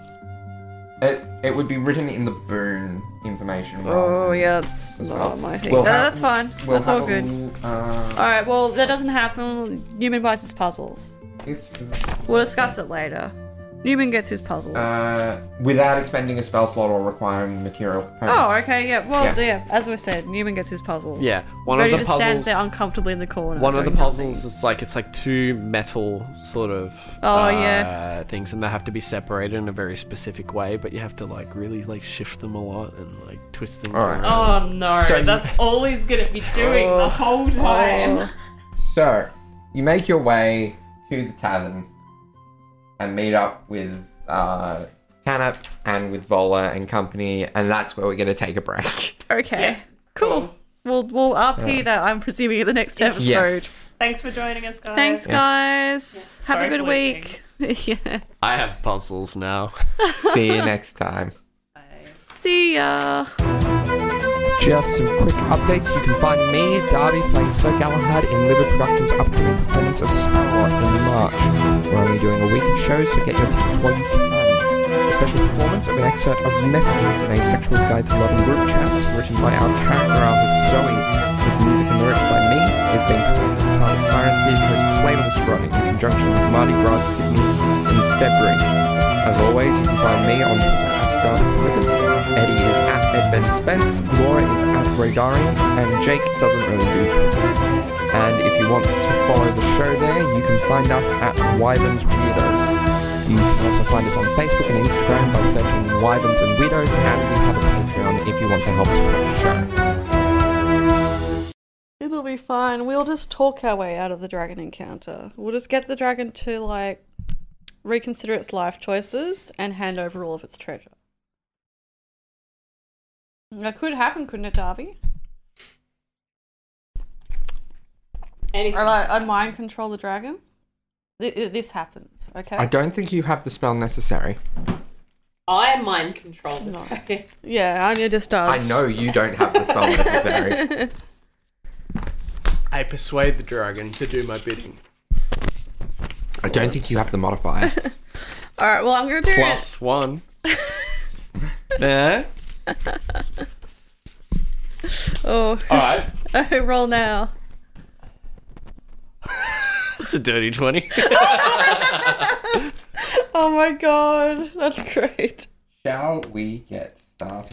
it it would be written in the boon information.
Oh
rather
yeah, that's
than- as
not
well.
my thing.
We'll
No,
have-
that's fine.
we'll
that's all
have a
good.
l- Uh,
All right. Well, that doesn't happen. Newman buys his puzzles.
if-
We'll discuss it later. Newman gets his puzzles.
uh, without expending a spell slot or requiring material components.
oh, okay. Yeah. Well,
yeah.
yeah. As we said, Newman gets his puzzles.
Yeah, one
Brody
of the
just
puzzles.
stands there uncomfortably in the corner.
one of the
doing nothing.
puzzles is like it's like two metal sort of
Oh,
uh,
yes.
things, and they have to be separated in a very specific way. But you have to like really like shift them a lot and like twist things
All right.
Oh
around.
no,
So you- Oh.
that's all he's gonna be doing the whole time.
So you make your way to the tavern and meet up with uh, Tanap and with Vola and company, and that's where we're going to take a break.
Oh.
Okay. cool. We'll we'll RP that. I'm presuming at the next episode.
yes.
Thanks for joining us, guys.
Thanks, guys. Have
Sorry
a good
for
week. yeah.
I have puzzles now.
See you next time.
See ya.
Just some quick updates. You can find me, Darby, playing Sir Galahad in Liver Productions' upcoming performance of Spellot in March. We're only doing a week of shows, so get your tickets while you can. A special performance of an excerpt of Messages in a Sexual's Guide to Love and Group Chats, written by our character artist Zoe, with music and lyrics by me. It's been performed as part of Siren Theatre's Playlist Run in conjunction with Mardi Gras Sydney in February. As always, you can find me on Twitter at Twitter. Eddie is at Edben Spence, Laura is at Radarian, and Jake doesn't really do Twitter. And if you want to follow the show there, you can find us at Wyverns Weirdos. You can also find us on Facebook and Instagram by searching Wyverns and Weirdos, and we have a Patreon if you want to help support the show.
It'll be fine. We'll just talk our way out of the dragon encounter. We'll just get the dragon to like reconsider its life choices and hand over all of its treasure. That could happen, couldn't it, Darby? Or like, I mind control the dragon. Th- th- This happens, okay?
don't think you have the spell necessary.
I mind control the
No.
dragon.
yeah, Anya just does.
you don't have the spell necessary.
I persuade the dragon to do my bidding.
I don't think you have the modifier.
All right, well, I'm gonna do it.
Plus one. yeah.
Oh,
All right.
roll now.
It's a dirty twenty.
Oh my god, that's great.
Shall we get started?